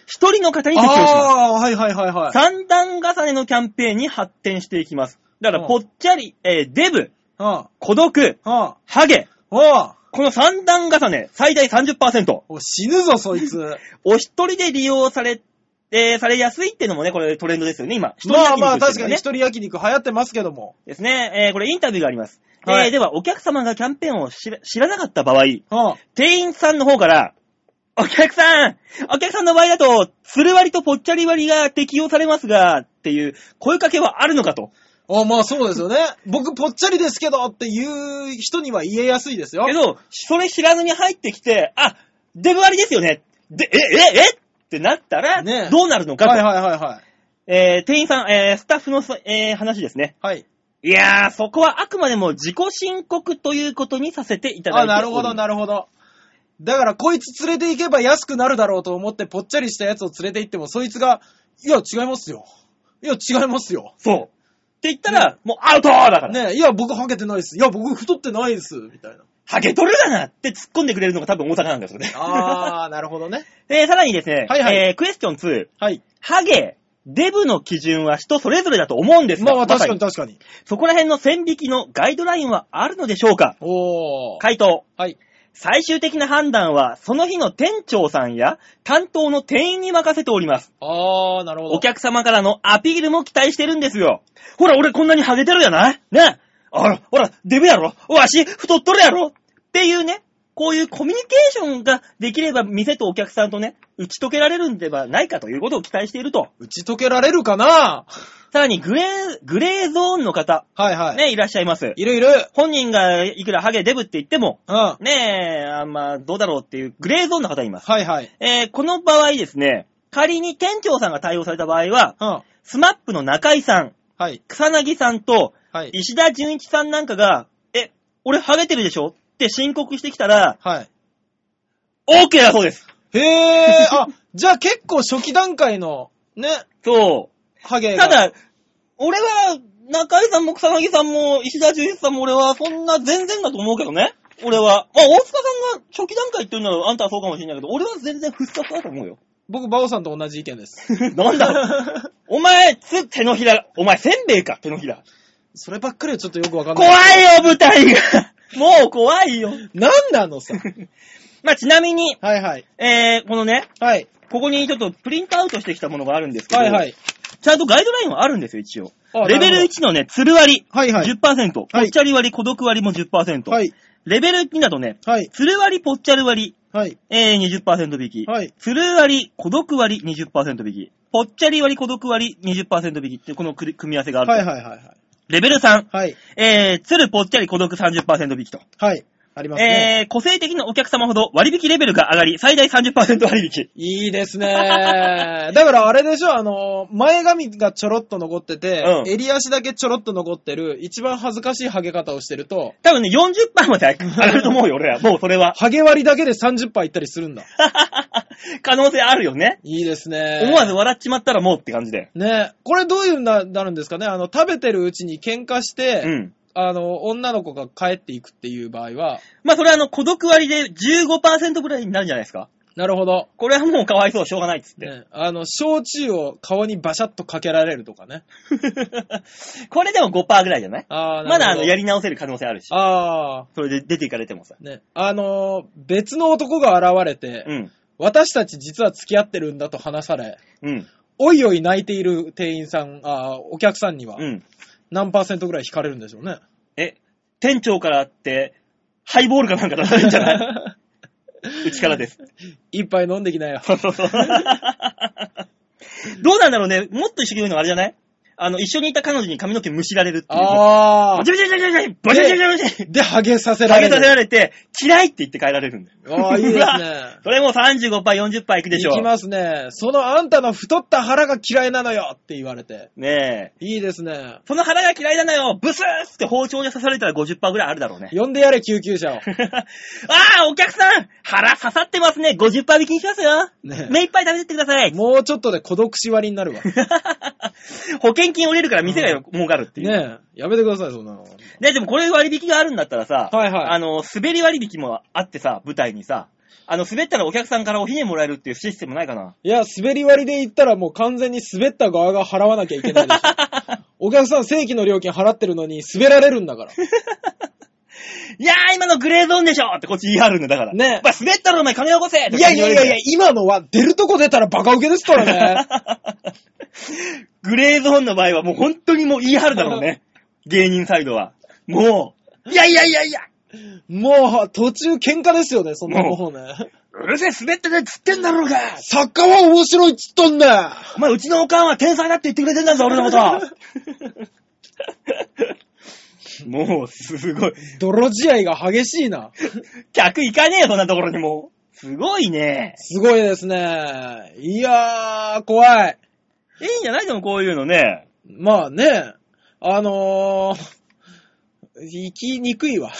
Speaker 2: 一人の方に適用します。
Speaker 3: ああ、はいはいはいはい。
Speaker 2: 三段重ねのキャンペーンに発展していきます。だか
Speaker 3: う
Speaker 2: ら、
Speaker 3: ん
Speaker 2: ぽっちゃり、えーデブ、
Speaker 3: は
Speaker 2: 孤独、
Speaker 3: あ。は
Speaker 2: ハゲ、
Speaker 3: あ。はあ。
Speaker 2: この三段重ね、最大30%。
Speaker 3: お死ぬぞ、そいつ。
Speaker 2: お一人で利用され、えーされやすいってのもね、これトレンドですよね、今。一人
Speaker 3: まあ
Speaker 2: 焼
Speaker 3: まあ、
Speaker 2: 肉
Speaker 3: 確
Speaker 2: して
Speaker 3: か
Speaker 2: る
Speaker 3: に
Speaker 2: ね
Speaker 3: 一。人焼肉流行ってますけども。
Speaker 2: ですね。えーこれインタビューがあります。
Speaker 3: は
Speaker 2: え
Speaker 3: い
Speaker 2: ーでは、お客様がキャンペーンを知ら知らなかった場合、
Speaker 3: は
Speaker 2: 店員さんの方から、お客さんお客さんの場合だと、つる割とぽっちゃり割が適用されますが、っていう声かけはあるのかと。
Speaker 3: あ。あまあそうですよね。僕ぽっちゃりですけどっていう人には言えやすいですよ
Speaker 2: け。ど、それ知らずに入ってきて、あ、デブ割ですよね。で、え、え、えってなったら、
Speaker 3: ねえ
Speaker 2: どうなるのかと。
Speaker 3: はいはいはいはい。
Speaker 2: えー店員さん、えースタッフのそ、えー話ですね。
Speaker 3: はい。
Speaker 2: いやー、そこはあくまでも自己申告ということにさせていただいてお
Speaker 3: あ、
Speaker 2: ります。
Speaker 3: なるほどなるほど。だからこいつ連れて行けば安くなるだろうと思ってぽっちゃりしたやつを連れて行っても、そいつが、いや違いますよ。いや違いますよ。
Speaker 2: そう。って言ったら、もうアウトーだから、
Speaker 3: ねえ、いや僕ハゲてないです。いや僕太ってないです。みたいな。
Speaker 2: ハゲ取るだなって突っ込んでくれるのが多分大阪なんですよね。
Speaker 3: あー、な るほどね。
Speaker 2: えーさらに ですね、
Speaker 3: はいはい
Speaker 2: えークエスチョン2、
Speaker 3: はい。
Speaker 2: ハゲ、デブの基準は人それぞれだと思うんですが、
Speaker 3: まあまあ
Speaker 2: まさ
Speaker 3: 確かに確かに。
Speaker 2: そこら辺の線引きのガイドラインはあるのでしょうか
Speaker 3: おー。
Speaker 2: 回答。
Speaker 3: はい。
Speaker 2: 最終的な判断は、その日の店長さんや担当の店員に任せております。
Speaker 3: あー、なるほど。
Speaker 2: お客様からのアピールも期待してるんですよ。ほら、俺こんなにハゲてるやないねあら、ほら、デブやろわし、太っとるやろっていうね、こういうコミュニケーションができれば、店とお客さんとね、打ち解けられるんではないかということを期待していると。
Speaker 3: 打ち解けられるかな
Speaker 2: さらに、グレー、グレーゾーンの方、
Speaker 3: はいはい。
Speaker 2: ね、いらっしゃいます。
Speaker 3: いるいる。
Speaker 2: 本人がいくらハゲデブって言っても、
Speaker 3: うん。は
Speaker 2: ねえ、あんまどうだろうっていうグレーゾーンの方います。
Speaker 3: いはい。
Speaker 2: えーこの場合ですね、仮に店長さんが対応された場合は、
Speaker 3: うん。
Speaker 2: スマップの中井さん、
Speaker 3: はい。
Speaker 2: 草薙さんと
Speaker 3: はい。
Speaker 2: 石田純一さんなんかが、え、俺ハゲてるでしょって申告してきたら、
Speaker 3: はい。
Speaker 2: OK だそうです。
Speaker 3: へえ、あ、じゃあ結構初期段階の、ね、
Speaker 2: そ
Speaker 3: ハゲ
Speaker 2: う。
Speaker 3: が。
Speaker 2: ただ、俺は、中井さんも草薙さんも石田純一さんも俺はそんな全然だと思うけどね。俺は。まあ、大塚さんが初期段階って言うならあんたはそうかもしれないけど、俺は全然ふっさふさだと思う よ。
Speaker 3: 僕、バオさんと同じ意見です。
Speaker 2: なんだお前、つ、手のひら、お前、せんべいか、手のひら。
Speaker 3: そればっかりはちょっとよくわかんな
Speaker 2: 怖
Speaker 3: い。
Speaker 2: いよ、舞台が。もう怖いよ。
Speaker 3: なんな のさ。
Speaker 2: まあ、ちなみに、
Speaker 3: はいはい。
Speaker 2: えー、このね、
Speaker 3: はい。
Speaker 2: ここにちょっとプリントアウトしてきたものがあるんですけど、
Speaker 3: はいはい。
Speaker 2: ちゃんとガイドラインはあるんですよ、一応
Speaker 3: あ。
Speaker 2: レベル
Speaker 3: なるほ
Speaker 2: 1のね、つる割、
Speaker 3: はいはい。
Speaker 2: 10%、ぽっちゃり割、孤独割も10%、
Speaker 3: はい。
Speaker 2: レベル2だとね、
Speaker 3: はい。
Speaker 2: つる割、ぽっちゃり割、
Speaker 3: はい。
Speaker 2: えー、20%引き、
Speaker 3: はい。
Speaker 2: つる割、孤独割20%引き、ぽっちゃり割、孤独割20%引きっていうこの組み合わせがあると。
Speaker 3: はいはいはいはい。
Speaker 2: レベル3、
Speaker 3: はい。
Speaker 2: えー、つるぽっちゃり孤独30%引きと。
Speaker 3: はい。ありますね。
Speaker 2: えー、個性的なお客様ほど割引レベルが上がり、最大30%割引。
Speaker 3: いいですね。 だからあれでしょ、あの、前髪がちょろっと残ってて、
Speaker 2: うん
Speaker 3: 襟足だけちょろっと残ってる、一番恥ずかしいハゲ方をしてると、
Speaker 2: 多分ね、40%まで上がると思うよ、俺 ら。もうそれは。
Speaker 3: ハゲ割りだけで30パーいったりするん だ。
Speaker 2: 可能性あるよね。
Speaker 3: いいですね。
Speaker 2: 思わず笑っちまったらもうって感じで。
Speaker 3: ねこれどういうな、なるんですかねあの、食べてるうちに喧嘩して、
Speaker 2: うん。
Speaker 3: あの、女の子が帰っていくっていう場合は、
Speaker 2: まあ、それはあの、孤独割で15%ぐらいになるんじゃないですか。
Speaker 3: なるほど。
Speaker 2: これはもうかわいそう、しょうがないっつって。
Speaker 3: ね、あの、焼酎を顔にバシャッとかけられるとかね。
Speaker 2: これでも5%ぐらいじゃない
Speaker 3: ああ、
Speaker 2: まだあの、や
Speaker 3: り、
Speaker 2: り直せる可能性あるし。
Speaker 3: あ
Speaker 2: それで出ていかれてもさ。
Speaker 3: あ、ね。あのー、別の男が現れて、
Speaker 2: うん。
Speaker 3: 私たち実は付き合ってるんだと話され、
Speaker 2: うん。
Speaker 3: おいおい泣いている店員さん、ああ、お客さんには、
Speaker 2: うん。
Speaker 3: 何パーセントぐらい引かれるんでしょうね。
Speaker 2: え、店長からって、ハイボールかなんか出されるんじゃ ないうちからです。
Speaker 3: 一杯飲んで きなよ。
Speaker 2: そうそうそう。どうなんだろうね。もっと一緒に言うのはあれじゃないあの、一緒にいた彼女に髪の毛むしられるっていう。
Speaker 3: ああ
Speaker 2: バチ。ャバチャバチャバチャバチャバチャバチャバチャ
Speaker 3: で、ハゲさせら
Speaker 2: 投
Speaker 3: れ
Speaker 2: げ
Speaker 3: る。
Speaker 2: させられて、嫌いって言って帰られるんだよ。
Speaker 3: ああ、いいです
Speaker 2: う
Speaker 3: ね
Speaker 2: わ。それもう35パー、40パーいくでしょ。
Speaker 3: いきますね。そのあんたの太った腹が嫌いなのよって言われて。
Speaker 2: ねえ。
Speaker 3: いいですね。
Speaker 2: その腹が嫌いなのよブスーって包丁で刺されたら50パーぐらいあるだろうね。
Speaker 3: 呼んでやれ、救急車を。
Speaker 2: ああ、お客さん腹刺さってますね !50 パー引きにしますよ
Speaker 3: ね
Speaker 2: 目いっぱい食べてってください
Speaker 3: もうちょっとで孤独死割りにな るわ。ね
Speaker 2: 保険金降りるから店が儲かるっていう。
Speaker 3: え、やめてください、そんなの。
Speaker 2: ね、でもこれ割引があるんだったらさ、
Speaker 3: はいはい
Speaker 2: あの、滑り割引もあってさ、舞台にさ、あの、滑ったらお客さんからおひねもらえるっていうシステムないかない
Speaker 3: や、滑り割りで言ったらもう完全に滑った側が払わなきゃいけないで しょ。お客さん正規の料金払ってるのに滑られるんだから。
Speaker 2: いやー、今のグレーゾーンでしょってこっち言い張るんだ、だから。
Speaker 3: ね
Speaker 2: お前滑ったらお前金よこせ
Speaker 3: いやいやいやいや、今のは出るとこ出たらバカ受けですからね。
Speaker 2: グレーゾーンの場合はもう本当にもう言い張るだろうね。芸人サイドは。もう、いやいやいやいや、
Speaker 3: もう途中喧嘩ですよね、そんなもうね。
Speaker 2: うるせえ、滑ってねえっつってんだろうが
Speaker 3: 作家は面白いっつったんだ
Speaker 2: お前、うちのおかんは天才だって言ってくれてんだぞ、俺のこと もう、すごい。
Speaker 3: 泥仕合が激しいな。
Speaker 2: 客行かねえよ、そんなところにもう。すごいね。
Speaker 3: すごいですね。いやー、怖い。
Speaker 2: いいんじゃないでもこういうの ね。
Speaker 3: まあね、あのー、 生きにくいわ。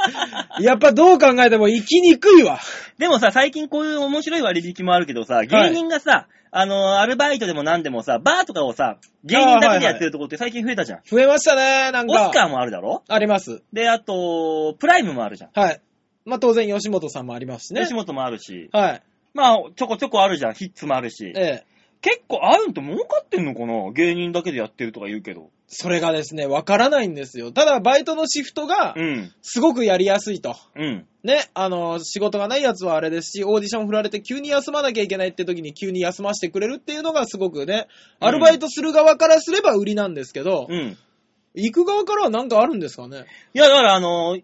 Speaker 3: やっぱどう考えても生きにくいわ。
Speaker 2: でもさ、最近こういう面白い割引もあるけどさ、芸人がさ、あの、アルバイトでも何でもさ、バーとかをさ、芸人だけでやってるとこって最近増えたじゃん。
Speaker 3: 増えましたね、なんか。
Speaker 2: オスカーもあるだろ
Speaker 3: あります。
Speaker 2: で、あと、プライムもあるじゃん。
Speaker 3: はい。まあ当然吉本さんもありますしね
Speaker 2: 吉。本もあるし。
Speaker 3: はい。
Speaker 2: まあ、ちょこちょこあるじゃん。ヒッツもあるし
Speaker 3: え。え。
Speaker 2: 結構ああいうのって儲かってんのかな芸人だけでやってるとか言うけど。
Speaker 3: それがですね、わからないんですよ。ただ、バイトのシフトが
Speaker 2: う、ん。
Speaker 3: すごくやりやすいと。
Speaker 2: うん。
Speaker 3: ね、あの、仕事がないやつはあれですし、オーディション振られて急に休まなきゃいけないって時に急に休ませてくれるっていうのがすごくね、
Speaker 2: うん
Speaker 3: アルバイトする側からすれば売りなんですけど、
Speaker 2: うん。い
Speaker 3: 行く側からはなんかあるんですかね
Speaker 2: や、だからあのー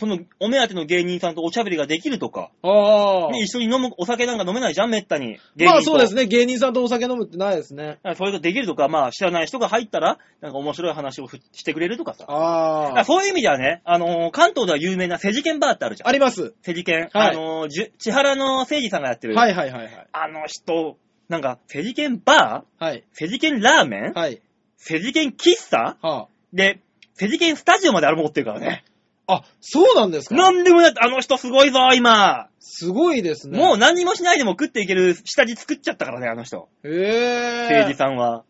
Speaker 2: その、お目当ての芸人さんとおしゃべりができるとか、
Speaker 3: ああ。
Speaker 2: ね、一緒に飲む、お酒なんか飲めないじゃん、めったに。芸人と
Speaker 3: まあそうですね、芸人さんとお酒飲むってないですね。
Speaker 2: だからそういうことできるとか、まあ知らない人が入ったら、なんか面白い話をふしてくれるとかさ。だか
Speaker 3: あ
Speaker 2: ら
Speaker 3: あ。
Speaker 2: そういう意味ではね、あのー関東では有名なセジケンバーってあるじゃん。
Speaker 3: あります。
Speaker 2: セジケン。
Speaker 3: はい
Speaker 2: あのーじゅ千原の誠司さんがやってる。
Speaker 3: はいはいはいはい。
Speaker 2: あの人、なんか、セジケンバ
Speaker 3: はい。
Speaker 2: ーセジケンラーメン、
Speaker 3: はい。
Speaker 2: セジケン喫茶
Speaker 3: は
Speaker 2: で、セジケンスタジオまであれ持ってるからね。
Speaker 3: あ。あ、そうなんです
Speaker 2: な
Speaker 3: か
Speaker 2: んでもやって、あの人すごいぞ、今。
Speaker 3: すごいですね。
Speaker 2: もう何にもしないでも食っていける下地作っちゃったからね、あの人。
Speaker 3: う、ええ
Speaker 2: 誠司さんは。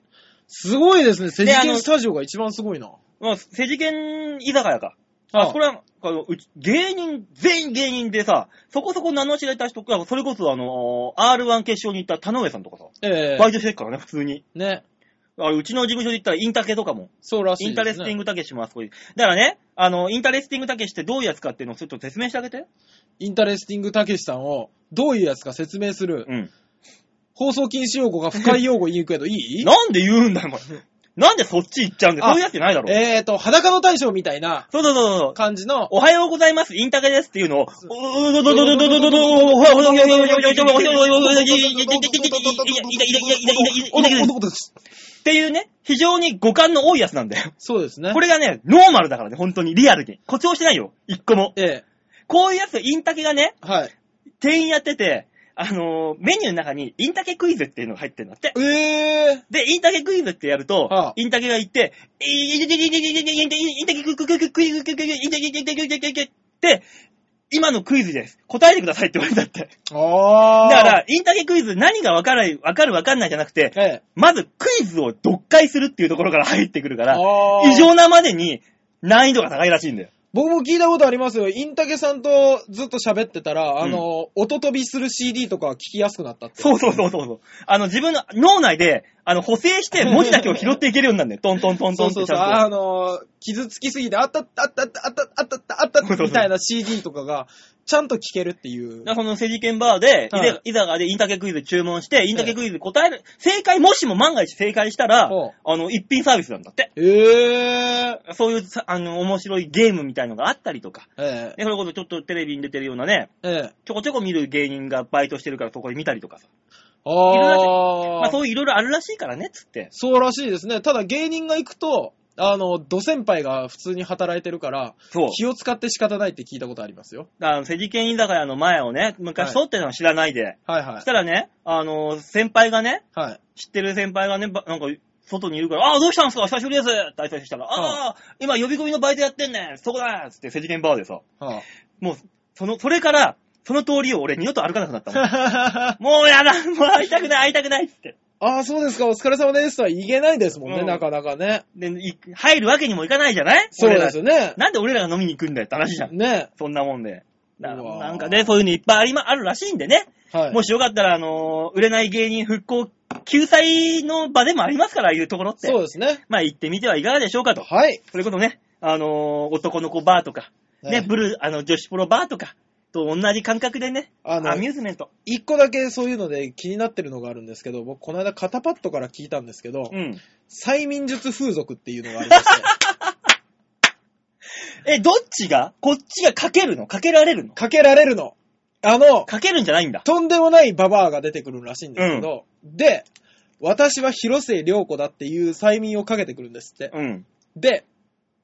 Speaker 3: すごいですね。セ
Speaker 2: で
Speaker 3: ジケ
Speaker 2: あ
Speaker 3: ン
Speaker 2: の
Speaker 3: スタジオが一番すごいな。
Speaker 2: まあ、世事件居酒屋か。あ、これは、あのうち芸人、全員芸人でさ、そこそこ名の知れた人が、それこそあの、R1 決勝に行った田上さんとかさ、
Speaker 3: ええ
Speaker 2: バイトしてるからね、普通に。
Speaker 3: ね。
Speaker 2: あれうちの事務所で行ったらインタケとかも、
Speaker 3: そうらしい
Speaker 2: イ
Speaker 3: です、ね。
Speaker 2: ンタレスティングたけしもあそこに。だからね、あの、インタレスティングたけしってどういうやつかっていうのをちょっと説明してあげて。
Speaker 3: インタレスティングたけしさんをどういうやつか説明する。
Speaker 2: うん。
Speaker 3: 放送禁止用語が不快用語言うけどい い
Speaker 2: なんで言うんだよ、お前。なんでそっち行っちゃうんだよ。
Speaker 3: あ
Speaker 2: そういうやつじゃないだろ。
Speaker 3: えーと、裸の大将みたいな
Speaker 2: そうそうそうそう。
Speaker 3: 感じの、
Speaker 2: おはようございます、インタケですっていうのを、おどどどどどどどどおはようございます、っっていうね、非常に五感の多いやつなんだよ。
Speaker 3: そうですね。
Speaker 2: これがね、ノーマルだからね、本当に、リアルに。誇張してないよ、一個も。
Speaker 3: え
Speaker 2: こういうやつ、インタケがね、
Speaker 3: えはい。
Speaker 2: 店員やってて、あのーメニューの中に、インタケクイズっていうのが入ってるんだって。
Speaker 3: ええ
Speaker 2: で、インタケクイズってやると、
Speaker 3: ああ
Speaker 2: インタケが言って、インタケインタケインタケインタケインタケクイズクイズクイズクイズインタケインタケインタケインタケインタケインタケインタケって、今のクイズです。答えてくださいって言われたって。
Speaker 3: あ
Speaker 2: だ
Speaker 3: あ。
Speaker 2: から、インタケクイズ何がわかる、わかるわかんないじゃなくて、
Speaker 3: ええ
Speaker 2: まずクイズを読解するっていうところから入ってくるから、
Speaker 3: あー
Speaker 2: 異常なまでに難易度が高いらしいんだよ。
Speaker 3: 僕も聞いたことありますよ。インタケさんとずっと喋ってたら、あの、音飛びする CD とか聞きやすくなったって。
Speaker 2: そうそうそうそうそう。あの、自分の脳内で、あの、補正して文字だけを拾っていけるようになるんだよ。トントントントン
Speaker 3: そう
Speaker 2: っ
Speaker 3: そう
Speaker 2: てち
Speaker 3: そう。
Speaker 2: ゃ
Speaker 3: あ
Speaker 2: んと。
Speaker 3: の、傷つきすぎて、あったったあったったあったあったあったあ った
Speaker 2: そうそうそう
Speaker 3: みたいな CD とかが、ちゃんと聞けるっていう
Speaker 2: だか。らそのセジケンバーで、
Speaker 3: はい
Speaker 2: いざ、いざがでインタケクイズ注文して、インタケクイズ答える、正解、もしも万が一正解したら、
Speaker 3: ほ
Speaker 2: あの、一品サービスなんだって。
Speaker 3: えー。
Speaker 2: そういうさ、あの、面白いゲームみたいのがあったりとか。
Speaker 3: ええ。
Speaker 2: で、それこそちょっとテレビに出てるようなね、
Speaker 3: ええ。
Speaker 2: ちょこちょこ見る芸人がバイトしてるからそこで見たりとかさ。ま
Speaker 3: あ
Speaker 2: あ
Speaker 3: あ。
Speaker 2: そういういろいろあるらしいからね、つって。
Speaker 3: そうらしいですね。ただ芸人が行くと、あの、ド先輩が普通に働いてるから、
Speaker 2: そう。
Speaker 3: 気を使って仕方ないって聞いたことありますよ。
Speaker 2: あの、セジケン居酒屋の前をね、昔
Speaker 3: は
Speaker 2: 通ってたの知らないで。
Speaker 3: はいは
Speaker 2: そ
Speaker 3: い
Speaker 2: し。たらね、あの、先輩がね、
Speaker 3: はい。
Speaker 2: 知ってる先輩がね、ばなんか、外にいるから、ああ、どうしたんすか久しぶりですって挨拶したら、ああ、今呼び込みのバイトやってんねんそこだつって、セジケンバーでさ、
Speaker 3: は
Speaker 2: もう、その、それから、その通りを俺二度と歩かなくなったもん。
Speaker 3: あ
Speaker 2: もうやだもう会いたくない会いたくないっつって。
Speaker 3: あー、そうですか、お疲れ様ですとは言えないですもんね、
Speaker 2: うん
Speaker 3: なかなかね。
Speaker 2: で、い入るわけにもいかないじゃない
Speaker 3: そうですよね
Speaker 2: 俺ら。なんで俺らが飲みに行くんだよって話じ ゃん。
Speaker 3: ね。
Speaker 2: そんなもんで。だか
Speaker 3: うわ
Speaker 2: ら
Speaker 3: ー
Speaker 2: なんかね、そういうのいっぱいありま、あるらしいんでね。
Speaker 3: はい。
Speaker 2: もしよかったら、あのー売れない芸人復興救済の場でもありますから、ああいうところって。
Speaker 3: そうですね。
Speaker 2: まあ行ってみてはいかがでしょうかと。
Speaker 3: はい。
Speaker 2: それこそね、あのー男の子バーとか、ね、
Speaker 3: ね
Speaker 2: ブルー、あの、女子プロバーとか、と同じ感覚でね、
Speaker 3: あの
Speaker 2: アミューズメント。
Speaker 3: 一個だけそういうので気になってるのがあるんですけど、僕、この間肩パッドから聞いたんですけど、
Speaker 2: うん。
Speaker 3: 催眠術風俗っていうのがありま して、
Speaker 2: え、どっちがこっちがかけるのかけられるの
Speaker 3: かけられるの。あの、
Speaker 2: かけるんじゃないんだ。
Speaker 3: とんでもないババアが出てくるらしいんですけど、で、私は広末涼子だっていう催眠をかけてくるんですって。
Speaker 2: うん。
Speaker 3: で、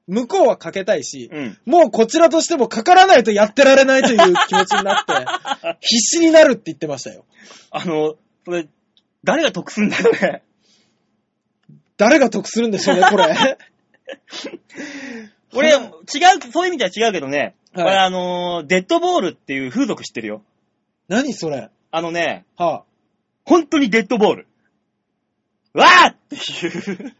Speaker 3: 向こうはかけたいし、
Speaker 2: うん。
Speaker 3: もうこちらとしてもかからないとやってられないという気持ちにな って、必死になるって言ってましたよ。
Speaker 2: あの、それ、誰が得すんだよね。
Speaker 3: 誰が得するんでしょうね、こ れ。
Speaker 2: 俺、違
Speaker 3: は
Speaker 2: う、そういう意味では違うけどね、
Speaker 3: はい
Speaker 2: 俺あのーデッドボールっていう風俗知ってるよ。
Speaker 3: 何それ
Speaker 2: あのね、
Speaker 3: はあ、
Speaker 2: 本当にデッドボール。わーっていう。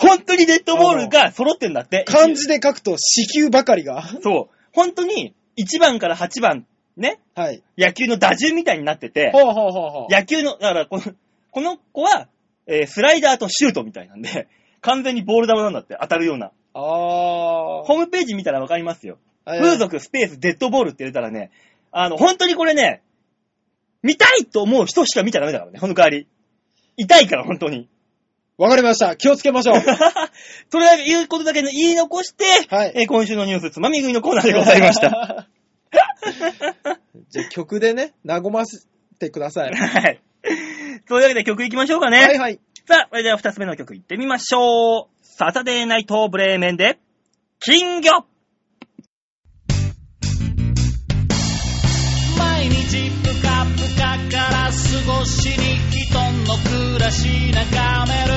Speaker 2: 本当にデッドボールが揃ってんだって。
Speaker 3: 漢字で書くと子宮ばかりが。
Speaker 2: そう。本当に1番から8番、ね、
Speaker 3: はい。
Speaker 2: 野球の打順みたいになってて、
Speaker 3: ほうほうほうほう。
Speaker 2: 野球の、だからこの、この子は、えースライダーとシュートみたいなんで、 完全にボール球なんだって、当たるような。
Speaker 3: あ
Speaker 2: ホームページ見たらわかりますよ。
Speaker 3: ー。えー
Speaker 2: 風。俗スペースデッドボールって入れたらね、あの、本当にこれね、見たいと思う人しか見ちゃダメだからね、その代わり。痛いから、本当に。
Speaker 3: わかりました。気をつけましょう。
Speaker 2: それだけ言うことだけの言い残して、
Speaker 3: はい
Speaker 2: えー今週のニュースつまみ食いのコー ナーでございました。
Speaker 3: じゃあ曲でね、和ませてください。
Speaker 2: はい。そういうわけで曲いきましょうかね。
Speaker 3: はいはい。
Speaker 2: さあ、それでは二つ目の曲いってみましょう。サタデーナイトブレーメンで、金魚
Speaker 1: 毎日プカプカから過ごしに一人の暮らし眺める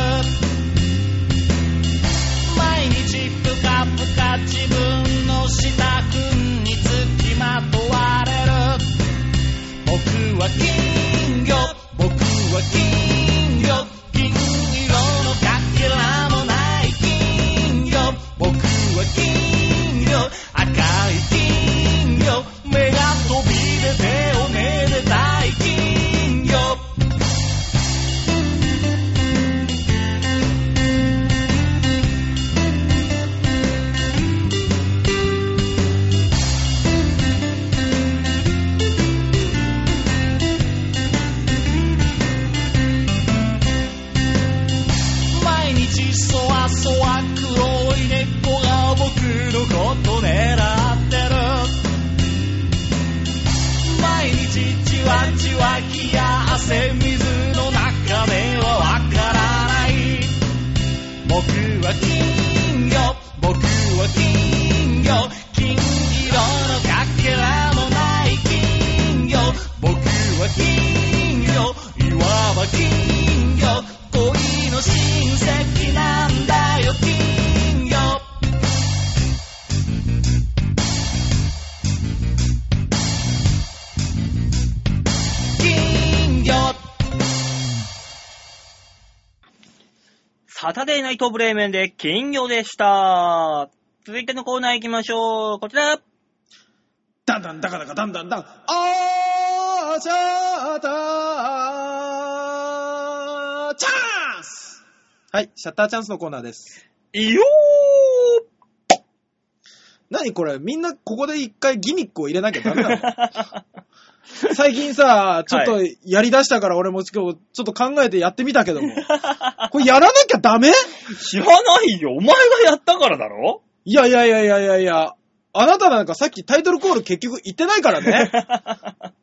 Speaker 1: 毎日プカプカ自分の支度につきまとわれる僕は金魚僕は金魚金色のかけらもない金魚僕は金魚赤い金魚目が飛び出ておめでたい金魚毎日そわそわ黒い猫が僕のこと狙ってる毎日じわじわ冷や汗水の中ではわからない僕は金魚僕は金魚金色のかけらもない金魚僕は金魚いわば金魚恋の親戚なんだよ金魚金魚
Speaker 2: サタデーナイトブレーメンで金魚でした。続いてのコーナー行きましょう。こちら。
Speaker 3: だんだんだかだかだんだんだん。あーちゃーたーチャンスはい、シャッターチャンスのコーナーです。
Speaker 2: いよ
Speaker 3: 何これみんなここで一回ギミックを入れなきゃダメなの
Speaker 2: ー
Speaker 3: 最近さ、ちょっとやり出したから俺も今日ちょっと考えてやってみたけども。これやらなきゃダメ
Speaker 2: 知らないよ。お前がやったからだろ
Speaker 3: いやいやいやいやいやいや。あなたなんかさっきタイトルコール結局言ってないからね。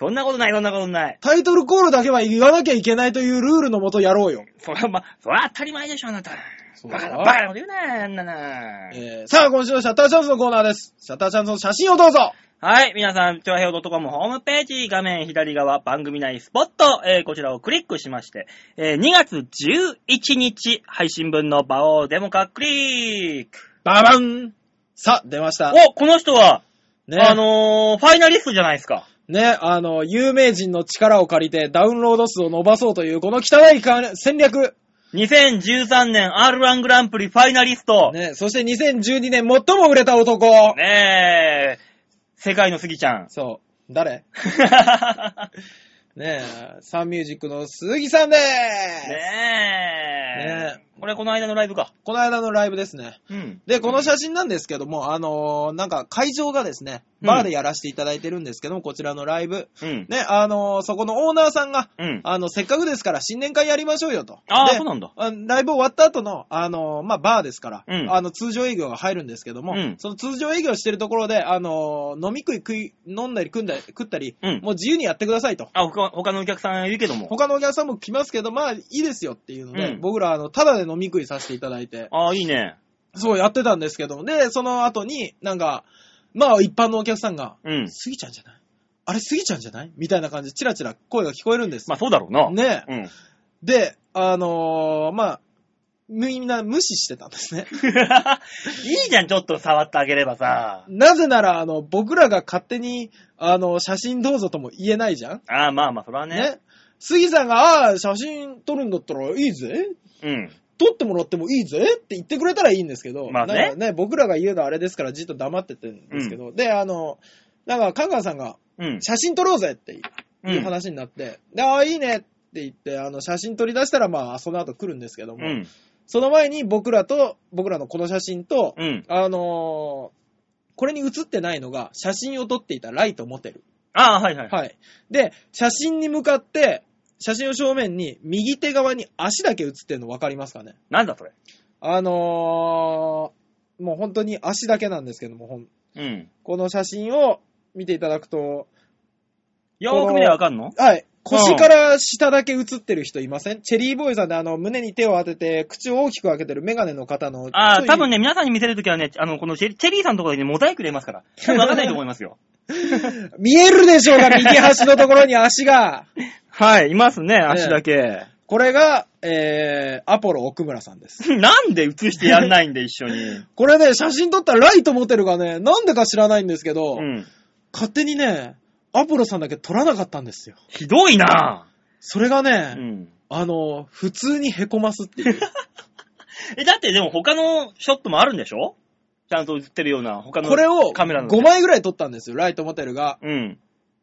Speaker 2: そんなことない、そんなことない。
Speaker 3: タイトルコールだけは言わなきゃいけないというルールのもとやろうよ。
Speaker 2: そら、ま、そら当たり前でしょ、あなた。
Speaker 3: そう
Speaker 2: バカ
Speaker 3: だ
Speaker 2: な、バカなこと言うな、あんなな。
Speaker 3: えーさあ、今週のシャッターチャンスのコーナーです。シャッターチャンスの写真をどうぞ
Speaker 2: はい、皆さん、超平洋 .com ホームページ、画面左側、番組内スポット、えーこちらをクリックしまして、えー2月11日配信分の場をデモ化クリック。
Speaker 3: ババンさあ、出ました。
Speaker 2: お、この人は、
Speaker 3: ね、
Speaker 2: あのーファイナリストじゃないですか。
Speaker 3: ね、あの、有名人の力を借りてダウンロード数を伸ばそうという、この汚いか戦略。
Speaker 2: 2013年 R1 グランプリファイナリスト。ね
Speaker 3: ね、そして2012年最も売れた男。。
Speaker 2: え、世界のスギちゃん
Speaker 3: そう。誰ねえ、サンミュージックの鈴木さんでーす、
Speaker 2: ねえ。
Speaker 3: ね
Speaker 2: これこの間のライブか。
Speaker 3: この間のライブですね。
Speaker 2: うん。
Speaker 3: で、この写真なんですけども、あのーなんか会場がですね、バーでやらせていただいてるんですけども、こちらのライブ。
Speaker 2: うん。
Speaker 3: ね、あのーそこのオーナーさんが、
Speaker 2: うん。
Speaker 3: あの、せっかくですから新年会やりましょうよと。
Speaker 2: あー
Speaker 3: で
Speaker 2: そうなんだ
Speaker 3: あライブ終わった後の、あのーまあ、バーですから、
Speaker 2: うん
Speaker 3: あの、通常営業が入るんですけども、
Speaker 2: うん
Speaker 3: その通常営業してるところで、あのー飲み食い食い、飲んだり食んだり、食ったり、
Speaker 2: うん
Speaker 3: もう自由にやってくださいと。
Speaker 2: あ、他他のお客さんいるけども。
Speaker 3: 他のお客さんも来ますけど、まあ、いいですよっていうので、
Speaker 2: うん
Speaker 3: 僕ら、あの、ただで飲み食いさせていただいて、
Speaker 2: ああ、いいね。
Speaker 3: そうやってたんですけども、で、その後に、なんか、まあ、一般のお客さんが、
Speaker 2: うん。
Speaker 3: スギちゃんじゃないあれスギちゃんじゃないみたいな感じで、チラチラ声が聞こえるんです。
Speaker 2: まあそうだろうな。
Speaker 3: ね
Speaker 2: うん。
Speaker 3: で、あのーまあ、みんな無視してたんですね。
Speaker 2: いいじゃん、ちょっと触ってあげればさ。
Speaker 3: なぜなら、あの、僕らが勝手に、あの、写真どうぞとも言えないじゃん
Speaker 2: ああ、まあまあ、それはね。
Speaker 3: ね。杉さんが、ああ、写真撮るんだったらいいぜ撮ってもらってもいいぜって言ってくれたらいいんですけど、
Speaker 2: まあね
Speaker 3: なんかね、僕らが言うのはあれですから、じっと黙っててんですけど、で、あの、なんか、香川さんが、
Speaker 2: うん。うん。
Speaker 3: 写真撮ろうぜって
Speaker 2: うん
Speaker 3: いう話になって、で、ああ、いいねって言って、あの、写真撮り出したら、まあ、その後来るんですけども、
Speaker 2: うん。
Speaker 3: その前に僕らと、僕らのこの写真と、
Speaker 2: うん。
Speaker 3: あのーこれに写ってないのが、写真を撮っていたライトモテル。
Speaker 2: ああ、はいはい。
Speaker 3: はい。で、写真に向かって、写真を正面に、右手側に足だけ写ってるの分かりますかね
Speaker 2: なんだそれ。
Speaker 3: あのーもう本当に足だけなんですけども、ほん
Speaker 2: うん。
Speaker 3: この写真を見ていただくと、
Speaker 2: よーく見ればわかんの
Speaker 3: はい。腰から下だけ写ってる人いませんチェリーボーイさんであの、胸に手を当てて、口を大きく開けてるメガネの方の。
Speaker 2: あ
Speaker 3: ちょ
Speaker 2: あ、
Speaker 3: い
Speaker 2: 多分ね、皆さんに見せるときはね、あの、このチェリチェリーさんのところにねモザイク入れますから。多分わかんないと思いますよ。
Speaker 3: 見えるでしょうが、右端のところに 足が。
Speaker 2: はい、いますね、 足だけ。
Speaker 3: これが、えー、アポロ奥村さんです。
Speaker 2: なんで映してやんないんで、一緒に。
Speaker 3: これね、写真撮ったらライトモテルがね、なんでか知らないんですけど、
Speaker 2: うん。
Speaker 3: 勝手にね、アポロさんだけ撮らなかったんですよ。
Speaker 2: ひどいな
Speaker 3: それが
Speaker 2: う
Speaker 3: ね、
Speaker 2: ん。
Speaker 3: あの、普通にへこますっ ていう。
Speaker 2: え、だってでも他のショットもあるんでしょちゃんと映ってるような、他の
Speaker 3: これを
Speaker 2: カメラの。
Speaker 3: 5。枚ぐらい撮ったんですよ、ライトモテルが。
Speaker 2: うん。